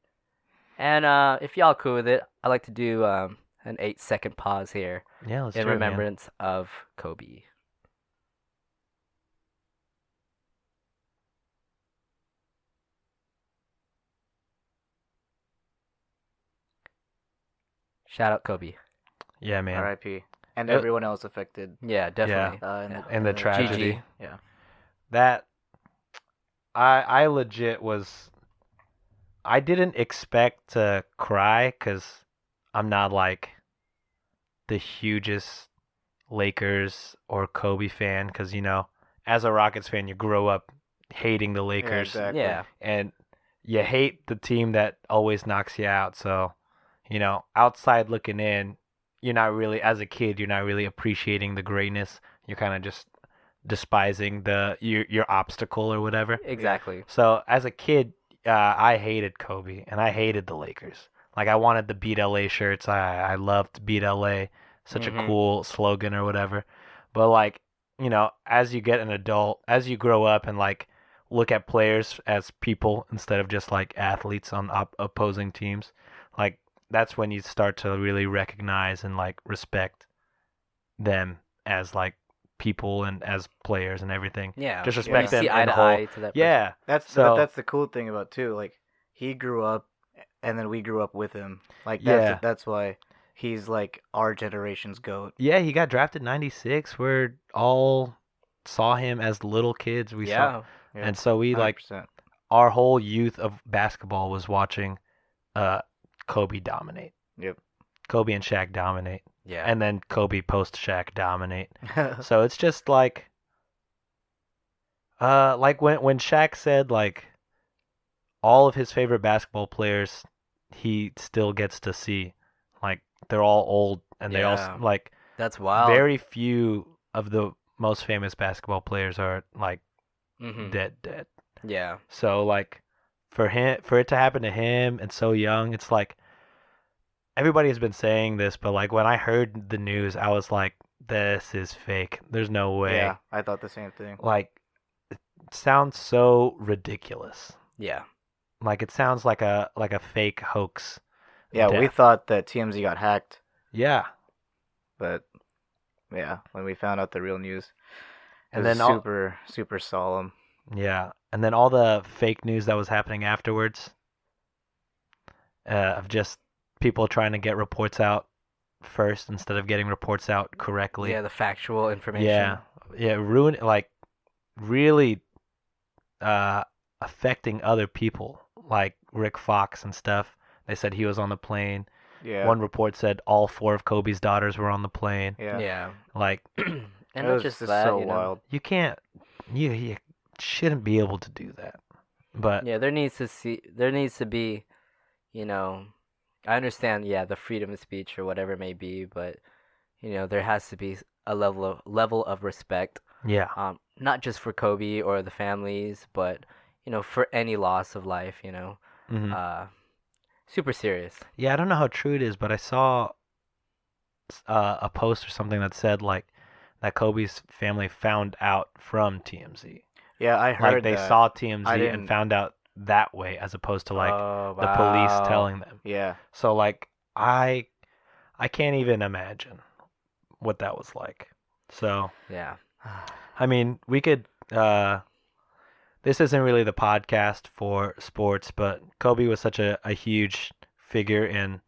B: And uh, if y'all cool with it, I like to do um, an eight second pause here
A: Yeah, let's
B: in
A: do it, man.
B: remembrance of Kobe. Shout out Kobe.
A: Yeah, man.
C: R.I.P. And
A: Uh,
C: everyone else affected.
B: Yeah, definitely.
C: Uh, in the,
A: and the
C: in
A: tragedy.
B: GG.
C: Yeah.
A: That I I legit was I didn't expect to cry cuz I'm not like the hugest Lakers or Kobe fan cuz you know, as a Rockets fan you grow up hating the
C: Yeah,
A: Lakers
C: exactly.
B: Yeah.
A: and you hate the team that always knocks you out. So, you know, outside looking in, you're not really as a kid, you're not really appreciating the greatness. You're kind of just despising the your your obstacle or whatever.
B: Exactly.
A: So, as a kid, uh, I hated Kobe and I hated the Lakers. Like I wanted the Beat LA shirts. I I loved Beat LA, such a
B: Mhm.
A: cool slogan or whatever. But like, you know, as you get an adult, as you grow up and like look at players as people instead of just like athletes on op- opposing teams, like that's when you start to really recognize and like respect them as like people and as players and everything.
B: Yeah.
A: Just
B: when
A: respect
B: you
A: them
B: see eye
A: in
B: to
A: whole.
B: eye to that person.
A: Yeah.
C: That's
A: So-
C: that's the cool thing about too. Like he grew up, and then we grew up with him. Like that's
A: Yeah.
C: that's why he's like our generation's goat.
A: Yeah, he got drafted '96. We're all saw him as little kids. We saw,
B: yeah.
C: Yeah,
A: and so we like
C: 100%.
A: our whole youth of basketball was watching, uh, Kobe dominate.
C: Yep.
A: Kobe and Shaq dominate,
B: Yeah.
A: and then Kobe post Shaq
B: [laughs]
A: dominate.
C: [laughs]
A: So it's just like, uh, like when when Shaq said like, all of his favorite basketball players, he still gets to see, like they're all old and they all
B: Yeah.
A: s- like
B: That's wild.
A: very few of the most famous basketball players are like
B: Mhm.
A: dead dead.
B: Yeah.
A: So like for him for it to happen to him and so young, it's like everybody's been saying this, but like when I heard the news, I was like, This is fake. There's no way.
C: yeah, I thought the same thing.
A: Like it sounds so ridiculous.
B: Yeah.
A: Like it sounds like a like a fake hoax.
C: Yeah, we
A: death.
C: thought that TMZ got hacked,
A: Yeah.
C: but yeah, when we found out the real news, it
A: And
C: was
A: then all-
C: super super solemn.
A: Yeah, and then all the fake news that was happening afterwards uh, of just people trying to get reports out first instead of getting reports out correctly.
B: Yeah. The factual information.
A: yeah, yeah, ruin like really uh, affecting other people, like Rick Fox and stuff. They said he was on the plane.
C: Yeah,
A: One report said all four of Kobe's daughters were on the plane.
C: yeah,
B: Yeah. [clears throat]
A: Like
B: and
C: it
B: not
C: was
B: just
C: just
B: that.
C: so
B: you know.
C: wild.
A: you can't, you you shouldn't be able to do that. But
B: Yeah. There needs to see. There needs to be, you know, I understand. Yeah, the freedom of speech or whatever it may be, but you know, there has to be a level of level of respect
A: yeah,
B: um, not just for Kobe or the families, but you know, for any loss of life, you know,
A: mhm.
B: uh, super serious.
A: Yeah, I don't know how true it is, but I saw uh, a post or something that said like that Kobe's family found out from TMZ.
C: Yeah, I heard
A: Like they
C: that.
A: saw TMZ
C: I
A: and
C: didn't-
A: found out that way, as opposed to like
B: Oh,
A: the police
B: wow.
A: telling them.
C: Yeah,
A: So like I, I can't even imagine what that was like. So
B: Yeah,
A: I mean, we could. uh This isn't really the podcast for sports, but Kobe was such a, a huge figure in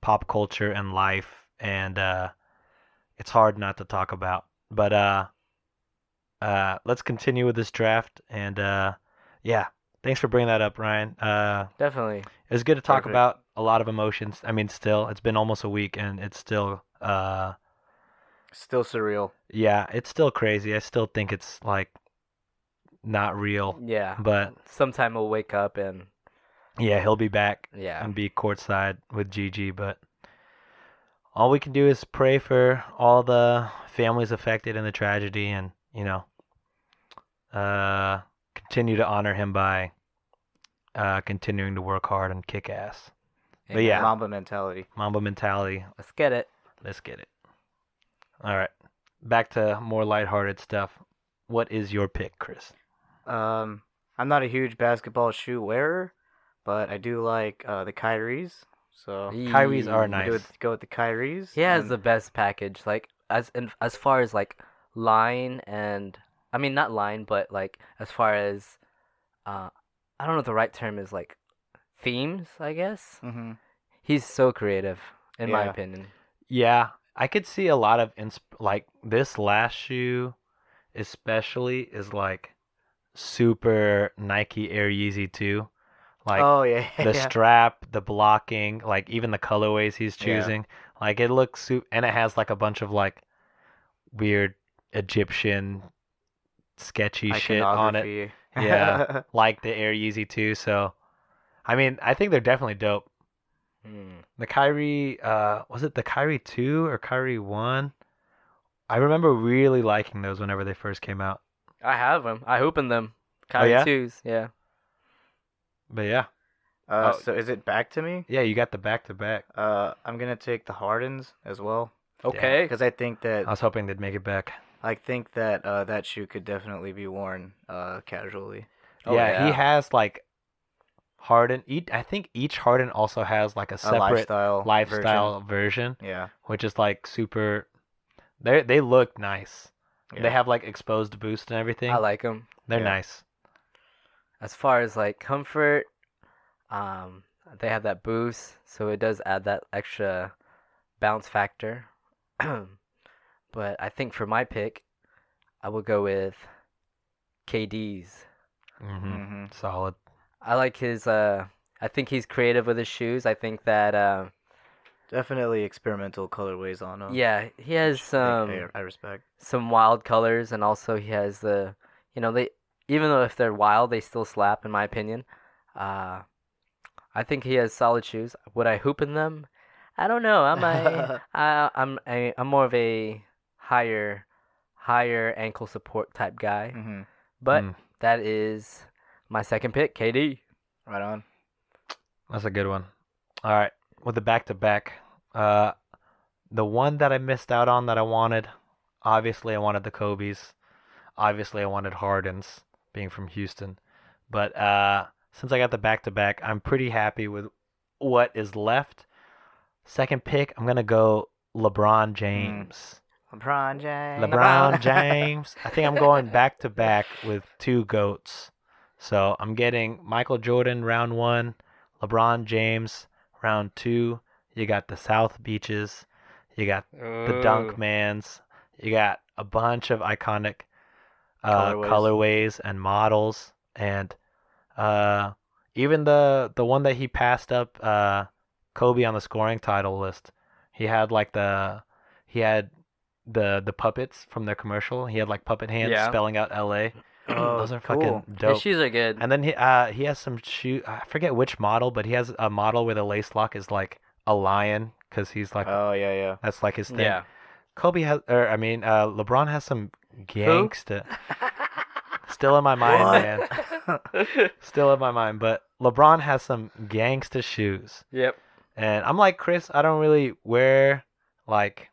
A: pop culture and life, and uh it's hard not to talk about. But uh uh let's continue with this draft, and uh yeah, thanks for bringing that up, Ryan. Uh
B: definitely.
A: it was good to talk
C: Perfect.
A: about a lot of emotions. I mean, still, it's been almost a week, and it's still. uh
C: still surreal.
A: yeah, it's still crazy. I still think it's like not real,
B: Yeah,
A: but
B: sometime we'll wake up and
A: yeah, he'll be back
B: yeah,
A: and be courtside with Gigi. But all we can do is pray for all the families affected in the tragedy, and you know, uh, continue to honor him by uh, continuing to work hard and kick ass. But yeah,
C: Mamba mentality.
A: Mamba mentality.
B: let's get it.
A: Let's get it. All right, back to more lighthearted stuff. What is your pick, Chris?
C: Um, I'm not a huge basketball shoe wearer, but I do like uh, the Kyries. So
A: Kyrie's are
B: Yee.
A: nice.
C: do it, go with the Kyries.
B: He has
C: and-
B: the best package, like as in, as far as like line and I mean not line, but like as far as uh, I don't know if the right term is like themes, I guess.
C: Mhm.
B: He's so creative, in my
C: Yeah.
B: opinion.
A: Yeah, I could see a lot of insp- like this last shoe, especially is like super Nike Air Yeezy two, like
C: oh [laughs] yeah,
A: the
C: yeah.
A: strap, the blocking, like even the colorways he's
C: Yeah.
A: choosing. Like it looks su- and it has like a bunch of like weird Egyptian sketchy shit on it,
C: Iconography. [laughs] Uh,
A: Yeah. like the Air Yeezy two. So, I mean, I think they're definitely dope.
B: Mm.
A: The Kyrie, uh, was it the Kyrie two or Kyrie one? I remember really liking those whenever they first came out.
B: I have them. I opened them. Kyrie
A: yeah?
B: twos. Yeah.
A: But yeah,
C: uh,
A: Oh.
C: So is it back to me?
A: yeah, you got the back to back.
C: Uh, I'm gonna take the Hardens as well
B: Okay.
C: because I think that
A: I was hoping they'd make it back.
C: I think that uh, that shoe could definitely be worn uh, casually.
B: Oh,
A: yeah, he
B: yeah.
A: has like Harden. Each, I think each Harden also has like a
C: A
A: separate
C: lifestyle
A: lifestyle version.
C: version. Yeah.
A: which is like super. They they look nice. They
C: Yeah.
A: have like exposed boost and everything.
B: I like them.
A: They're
C: yeah.
A: nice.
B: As far as like comfort, Um, they have that boost, so it does add that extra bounce factor. [clears throat] but I think for my pick, I will go with KD's.
A: hmm
C: hmm
A: Solid.
B: I like his. Uh, I think he's creative with his shoes. I think that. Uh,
C: Definitely experimental colorways on them.
B: yeah, he has some.
C: I, I respect.
B: some wild colors and also he has the you know they even though if they're wild they still slap in my opinion uh i think he has solid shoes would i hoop in them i don't know i'm a, I, i'm a, i'm more of a higher higher ankle support type guy
C: hmm
B: but
A: Mm.
B: that is my second pick kd
C: Right on.
A: That's a good one. All right, with the back to back, uh, the one that I missed out on that I wanted, obviously I wanted the Kobe's, obviously I wanted Harden's, being from Houston, but uh, since I got the back to back, I'm pretty happy with what is left. Second pick, I'm gonna go LeBron James.
C: LeBron
A: [clears throat]
C: James.
A: LeBron James. I think I'm going back to back with two goats. So I'm getting Michael Jordan round one, LeBron James round two. You got the South Beaches. You got the Dunk Mans. You got a bunch of iconic uh,
C: Colorways.
A: colorways. and models, and uh, even the the one that he passed up uh, Kobe on the scoring title list. He had like the he had the the puppets from their commercial. He had like puppet hands
B: Yeah.
A: spelling out L.A.
C: Oh,
A: Those are
C: cool.
A: fucking
B: his
A: dope.
B: shoes are good
A: And then he uh he has some shoe I forget which model, but he has a model where the lace lock is like a lion because he's like
C: Oh
B: [laughs]
C: yeah, yeah.
A: that's like his thing.
B: yeah
A: Kobe has, or I mean, uh, LeBron has some gangsta. Still in my mind,
C: What?
A: man. Still in my mind, but LeBron has some gangsta shoes,
B: [laughs] yep [laughs]
A: and I'm like Chris. I don't really wear like,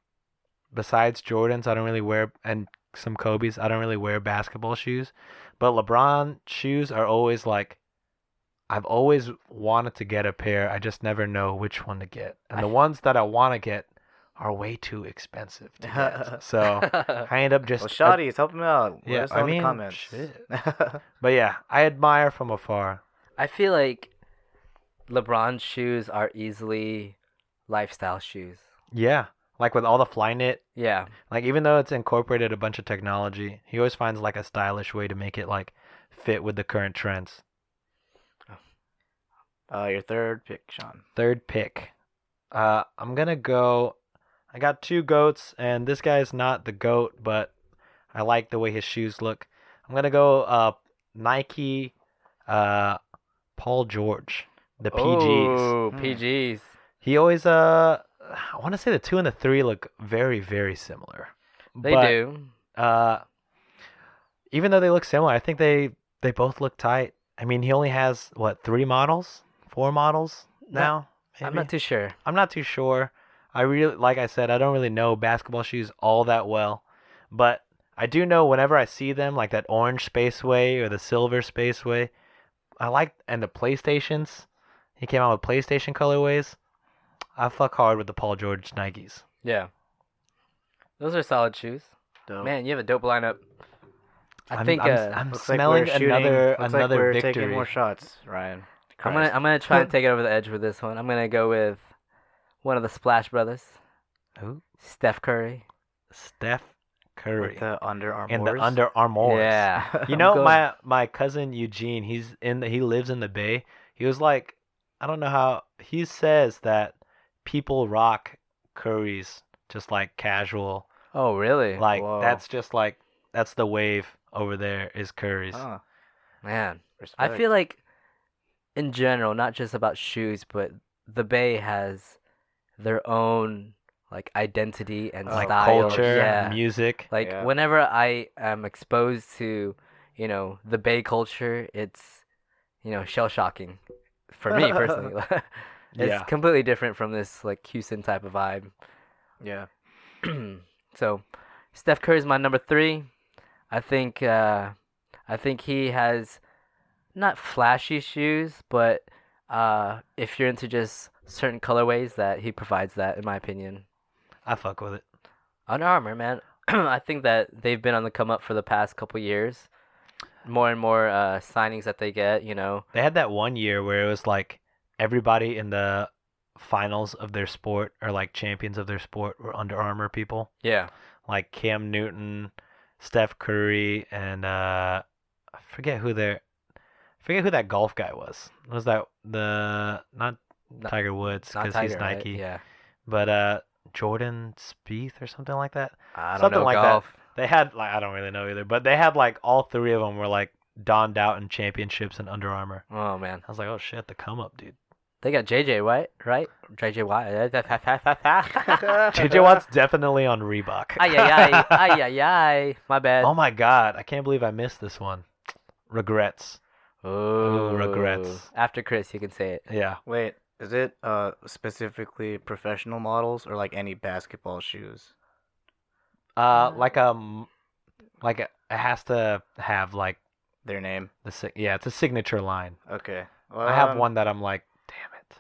A: besides Jordans, I don't really wear and some Kobe's. I don't really wear basketball shoes, but LeBron shoes are always like. I've always wanted to get a pair. I just never know which one to get, and the ones that I want to get are way too expensive to
C: [laughs]
A: get. So. I end up just uh,
C: Well, Shoddy is helping him out. Let
A: yeah,
C: us
A: I
C: know in
A: mean,
C: the comments.
A: shit. but yeah, I admire from afar.
B: I feel like LeBron's shoes are easily lifestyle shoes.
A: Yeah, like with all the Flyknit,
B: Yeah.
A: like even though it's incorporated a bunch of technology, he always finds like a stylish way to make it like fit with the current trends.
C: [laughs] uh, your third pick, Sean.
A: Third pick, uh, I'm gonna go. I got two goats, and this guy's not the goat, but I like the way his shoes look. I'm gonna go uh, Nike, uh, Paul George, the PGs.
B: Oh,
C: Hmm.
B: PGs.
A: He always uh I want to say the 2 and the 3 look very very similar.
B: They
A: But,
B: do.
A: Uh even though they look similar, I think they they both look tight. I mean, he only has what, 3 models? 4 models
B: Not-
A: now?
B: I'm
A: maybe?
B: not too sure.
A: I'm not too sure. I really, like I said, I don't really know basketball shoes all that well, but I do know whenever I see them, like that orange Spaceway or the silver Spaceway, I like and the PlayStations. He came out with PlayStation colorways. I fuck hard with the Paul George Nikes.
B: Yeah. Those are solid shoes.
C: Dope.
B: Man, you have a dope lineup. I
A: I'm-
B: think
A: I'm,
B: uh,
A: I'm
C: Looks like we're
A: smelling
C: shooting-
A: another
C: looks like
A: another
C: we're
A: victory.
C: taking more shots, Ryan.
B: I'm gonna I'm gonna try and take it over the edge with this one. I'm gonna go with one of the Splash Brothers,
A: Who?
B: Steph Curry.
A: Steph Curry
C: With uh, the Under Armour.
A: and the Under Armour.
B: Yeah.
A: You
B: [laughs] I'm
A: know,
B: good.
A: my my cousin Eugene, he's in the, he lives in the Bay. He was like, I don't know how he says that people rock curries just like casual.
B: Oh really?
A: Like
C: Whoa.
A: that's just like that's the wave over there is curries.
C: Oh,
B: Man.
C: respect.
B: I feel like, in general, not just about shoes, but the Bay has their own like identity and
C: Oh,
A: like
B: style.
A: Uh, culture,
B: yeah.
A: music.
B: Like
C: Yeah.
B: whenever I am exposed to, you know, the Bay culture, it's, you know, shell shocking, for
A: [laughs]
B: me personally. [laughs] it's
A: yeah.
B: completely different from this like Houston type of vibe.
C: Yeah.
B: [clears throat] so, Steph Curry is my number three. I think uh, I think he has not flashy shoes, but uh, if you're into just certain colorways, that he provides that, in my opinion.
A: I fuck with it.
B: Under Armour, man, [clears throat] I think that they've been on the come up for the past couple years. More and more uh, signings that they get, you know.
A: They had that one year where it was like everybody in the finals of their sport or like champions of their sport were Under Armour people,
B: Yeah.
A: like Cam Newton, Steph Curry, and uh, I forget who their I forget who that golf guy was. Was that the not
B: Not-
A: Tiger Woods
B: Not
A: because
B: Tiger,
A: he's
B: right?
A: Nike,
B: Yeah.
A: but uh, Jordan Spieth or something like that.
B: I don't
A: Something
B: know
A: like that.
B: golf.
A: They had like I don't really know either, but they had like all three of them were like donned out in championships and Under Armour.
B: Oh man.
A: I was like, oh shit, the come up, dude.
B: They got JJ White, right?
A: [laughs]
B: JJ White.
A: JJ Watt's definitely on Reebok.
B: Ay
A: [laughs]
B: ay ay ay ay ay. My bad.
A: oh my god, I can't believe I missed this one. Regrets.
C: Oh,
B: Ooh.
A: regrets.
B: Oh. After Chris, you can say it.
A: Yeah.
C: Wait, is it uh specifically professional models or like any basketball shoes?
A: Uh, like um, like it has to have like
C: Their name.
A: the si- yeah, it's a signature line.
C: Okay.
A: I have
C: Um,
A: one that I'm like, damn it.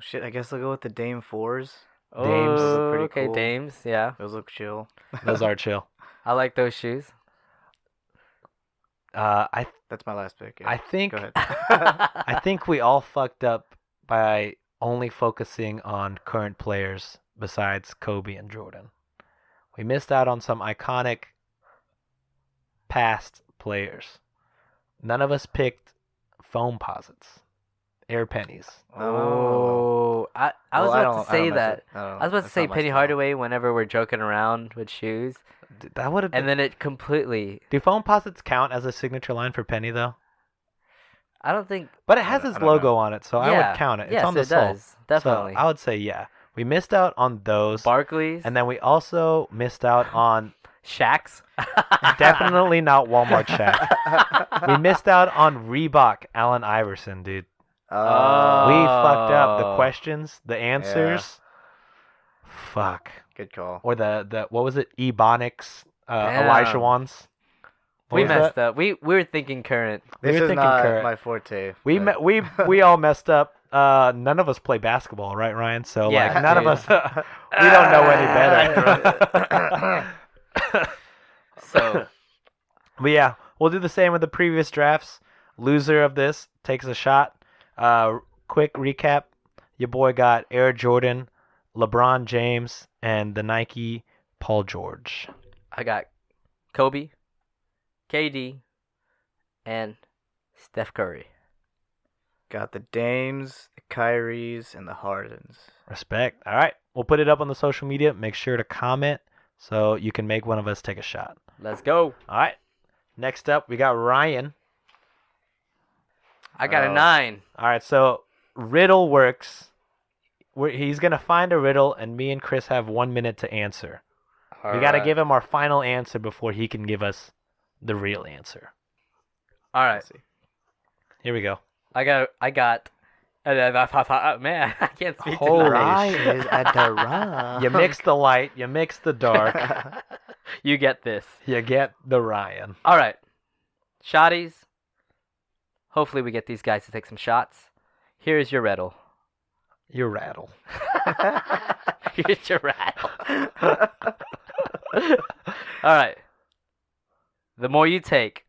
C: Shit, I guess I'll go with the Dame Fours.
A: Dames.
B: Ooh,
C: Pretty
B: Oh, okay,
C: cool.
B: Dames. Yeah,
C: Those look chill.
A: Those are
C: [laughs]
A: chill.
B: I like those shoes.
A: Uh, I
C: That's my last pick. yeah.
A: I think
B: [laughs]
C: Go ahead. [laughs]
A: I think we all fucked up by only focusing on current players besides Kobe and Jordan. We missed out on some iconic past players. None of us picked foam posits, air pennies.
B: oh, I, I was about
C: Well, don't-
B: to
C: I don't
B: say
C: mess
B: that.
C: with- don't-
B: I was about to
C: that's
B: say
C: not my
B: Penny
C: style.
A: [laughs]
B: Hardaway whenever we're joking around with shoes,
A: D- That would have been.
B: and then it completely.
A: Do foam posits count as a signature line for Penny though?
B: I don't think.
A: But it
C: I
A: has
C: don't-
A: his
C: I don't know.
A: logo on it, so I
B: Yeah.
A: would count it. It's
B: yes,
A: on the
B: it
A: sole.
B: does definitely.
A: So I would say yeah. We missed out on those,
B: Barclays
A: and then we also missed out on
B: Shacks.
A: [laughs] definitely not Walmart Shack. [laughs] we missed out on Reebok Allen Iverson, dude.
C: [laughs] Oh,
A: we fucked up the
B: Oh.
A: questions, the answers. Fuck.
C: good call.
A: Or the, the what was it? Ebonics, uh,
B: Damn.
A: Elisha ones. What
B: We
A: was
B: messed
A: that?
B: up. We we were thinking current.
A: We were
C: This is
A: thinking
C: not
A: current.
C: my forte.
A: We
C: but-
A: me- we we all messed up. Uh, none of us play basketball, right, Ryan? So
B: Yeah,
A: like none of
B: dude.
A: us. [laughs] we don't know [laughs] any better. [laughs]
C: Ah.
B: So
A: But yeah, we'll do the same with the previous drafts. Loser of this takes a shot. Uh, quick recap: Your boy got Air Jordan, LeBron James, and the Nike Paul George.
B: I got Kobe, KD, and Steph Curry.
C: Got the Dames, the Kyries, and the Hardens.
A: Respect. All right, we'll put it up on the social media. Make sure to comment so you can make one of us take a shot.
B: Let's go.
A: All right. Next up, we got Ryan.
B: I got
C: Oh.
B: a nine.
A: All right, so riddle works. We're, he's gonna find a riddle, and me and Chris have one minute to answer. we gotta give him our final answer before he can give us the real answer.
B: All right.
A: Here we go.
B: I got. I got. uh, uh, uh, uh, uh, Man, [laughs] I can't speak
A: Holy
B: tonight.
C: Rye
A: shit.
C: is at the
A: [laughs]
C: Rye.
A: You mix the light, you mix the
C: [laughs]
A: dark,
B: You get this.
A: you get the Ryan.
B: All right. Shotties. Hopefully, we get these guys to take some shots. Here's your riddle.
A: You rattle.
B: [laughs] Here's your rattle. [laughs]
A: [laughs]
B: All right. The more you take,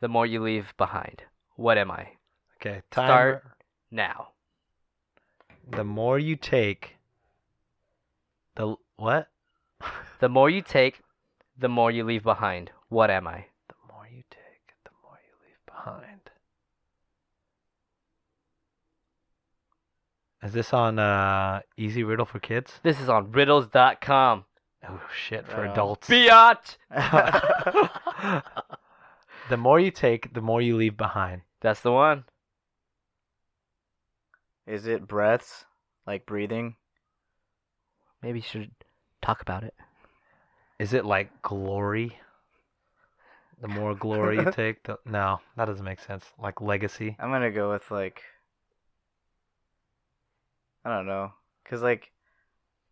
B: the more you leave behind. What am I?
A: Okay, time.
B: Start. Now.
A: The more you take, the l- what?
B: The more you take, the more you leave behind. What am I?
A: The more you take, the more you leave behind. Is this on uh, Easy Riddle for Kids?
B: This is on riddles.com.
A: Oh shit, for
C: Uh,
A: adults.
B: Biatch!
A: the more you take, the more you leave behind.
B: That's the one.
C: [laughs] is it breaths? Like breathing?
B: Maybe you should talk
A: [laughs]
B: about it. [laughs]
A: Is it like glory? The more glory you take, the no, that doesn't make sense. Like legacy.
C: I'm gonna go with like I don't know, cause like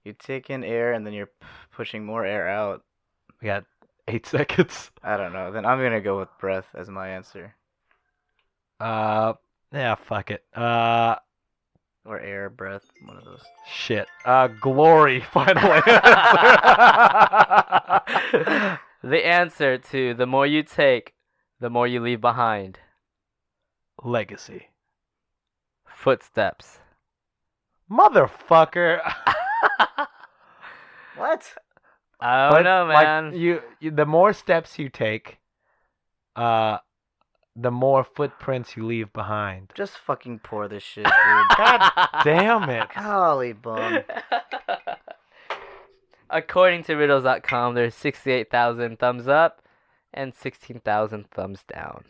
C: you take in air and then you're p- pushing more air out.
A: We got eight [laughs] seconds.
C: I don't know. Then I'm gonna go with breath as my answer,
A: Uh, yeah, fuck it. Uh,
C: or air, breath, one of those.
A: shit. Uh, glory. [laughs] Finally.
B: The answer to the more you take, the more you leave behind.
A: legacy.
B: Footsteps.
A: Motherfucker.
C: What?
B: I
A: But,
B: don't know,
A: like,
B: Oh, man.
A: you, you, the more steps you take, uh, the more footprints you leave
C: [laughs]
A: behind.
C: Just fucking pour this shit, dude.
B: [laughs]
A: Damn it.
C: Golly bum.
B: According to riddles.com, there's 68,000 thumbs up and 16,000 thumbs down.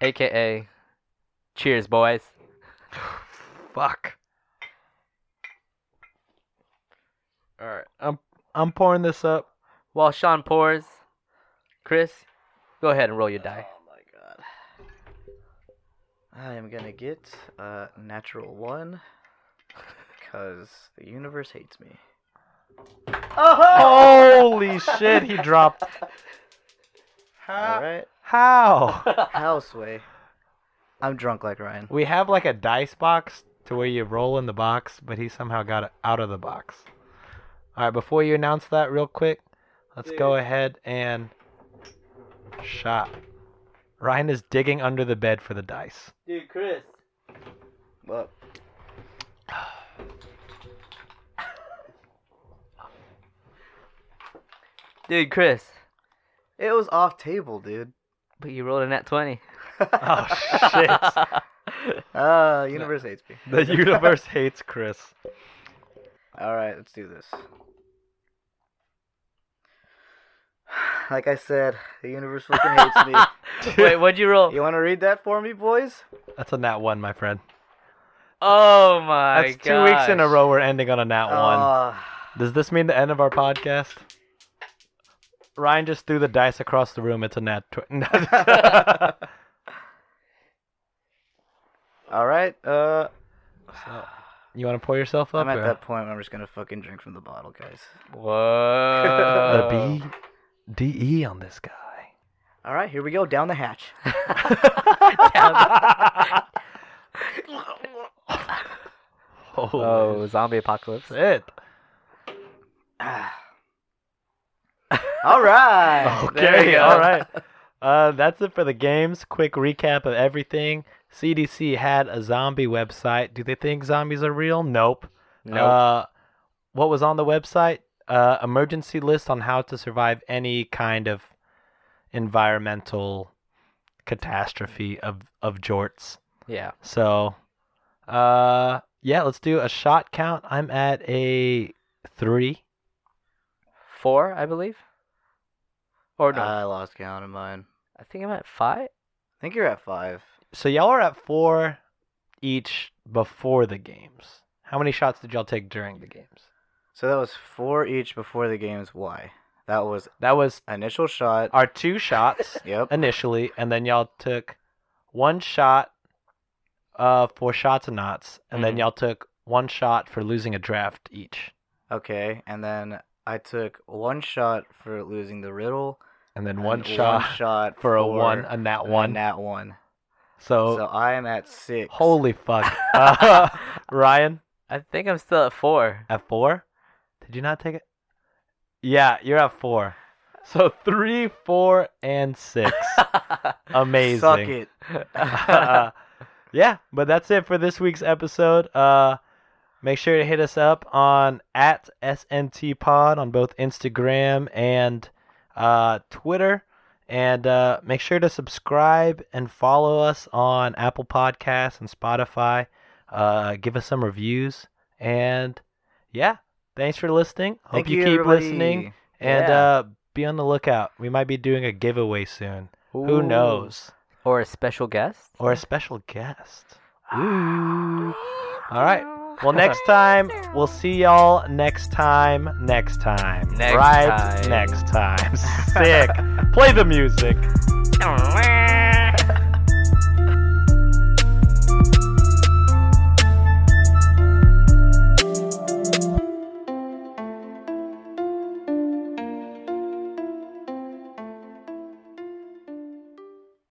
B: AKA, cheers, boys.
A: Fuck. All right. I'm I'm pouring this up.
B: While Sean pours, Chris, go ahead and roll your [laughs] die.
C: Oh my god. I am gonna get a natural one. Because the universe hates me.
A: Holy shit, he dropped. How?
C: Alright.
A: How?
C: Houseway. I'm drunk like Ryan.
A: We have like a dice box to where you roll in the box, but he somehow got it out of the box. All right, before you announce that real quick, let's go ahead and shot. Ryan is digging under the bed for the dice.
B: Dude, Chris.
C: Well,
B: Dude, Chris.
C: it was off table, dude. [laughs]
B: But you rolled a
A: [laughs]
B: nat 20.
A: Oh shit.
C: Uh, universe hates me.
A: The universe hates Chris.
C: All right, let's do this. [sighs] Like I said, the universe fucking hates
B: [laughs]
C: me.
B: Wait, what'd you roll?
C: You want to read that for me, boys?
A: That's a nat one, my friend.
B: Oh my
A: That's two weeks in a
B: gosh. Oh.
A: row we're ending on a nat one.
C: Ah,
A: Does this mean the end of our podcast? Ryan just threw the dice across the room. It's a nat. [laughs]
B: [laughs]
A: Tw-
C: all right. Uh,
A: you want to pour yourself up?
C: I'm at
A: or-
C: that point. Where I'm just gonna fucking drink from the bottle, guys.
B: Whoa.
A: [laughs] the B D E on this
B: [laughs]
A: guy.
C: All right, here we go. Down the hatch.
A: [laughs]
B: [laughs]
A: Holy
B: Oh, zombie apocalypse.
A: shit!
C: [sighs] all
A: [laughs]
C: right.
A: Okay,
B: There we go.
A: all right. Uh, that's it for the games. Quick recap of everything. CDC had a zombie website. Do they think zombies are real? Nope. Uh, what was on the website? Uh, emergency list on how to survive any kind of environmental catastrophe of of jorts.
B: yeah.
A: So, uh, yeah, let's do a shot count. I'm at a three.
B: Four, I believe. Or no.
A: Uh,
C: I lost count of mine.
B: I think I'm
A: [laughs]
B: at five.
C: I think you're at five.
A: So y'all are at four each before the games. How many shots did y'all take during the games?
C: So that was four each before the games. Why? That was
A: That was
C: initial shot.
A: our two [laughs] shots
C: Yep.
A: initially, and then y'all took one shot uh, for shots and knots, and then
B: Mhm.
A: y'all took one shot for losing a draft each,
C: Okay, and then I took one shot for losing the riddle.
A: and then
C: and
A: one shot
C: shot
A: for a one, a nat one.
C: That one.
A: so,
C: So I am at six.
A: holy [laughs] fuck, Uh, Ryan.
B: I think I'm still
A: [laughs]
B: at four.
A: At four? Did you not take it? Yeah, you're at four. So three, four, and six. Amazing.
C: Suck it.
A: Uh, [laughs] yeah, but that's it for this week's episode. Uh, make sure to hit us up on at SNT Pod on both Instagram and uh, Twitter. And uh, make sure to subscribe and follow us on Apple Podcasts and Spotify. Uh, give us some reviews. And yeah, thanks for listening. Hope
C: Thank
A: you, keep
C: everybody.
A: listening. And
B: Yeah.
A: uh, be on the lookout. We might be doing a giveaway soon. Who knows?
B: Or a special guest.
A: or a special guest.
B: [gasps]
A: Ooh. All right. Well, next time, we'll see y'all next time, next time.
B: Next
A: right [laughs]
B: time.
A: next time. Sick. Play the music.
B: Or. [laughs]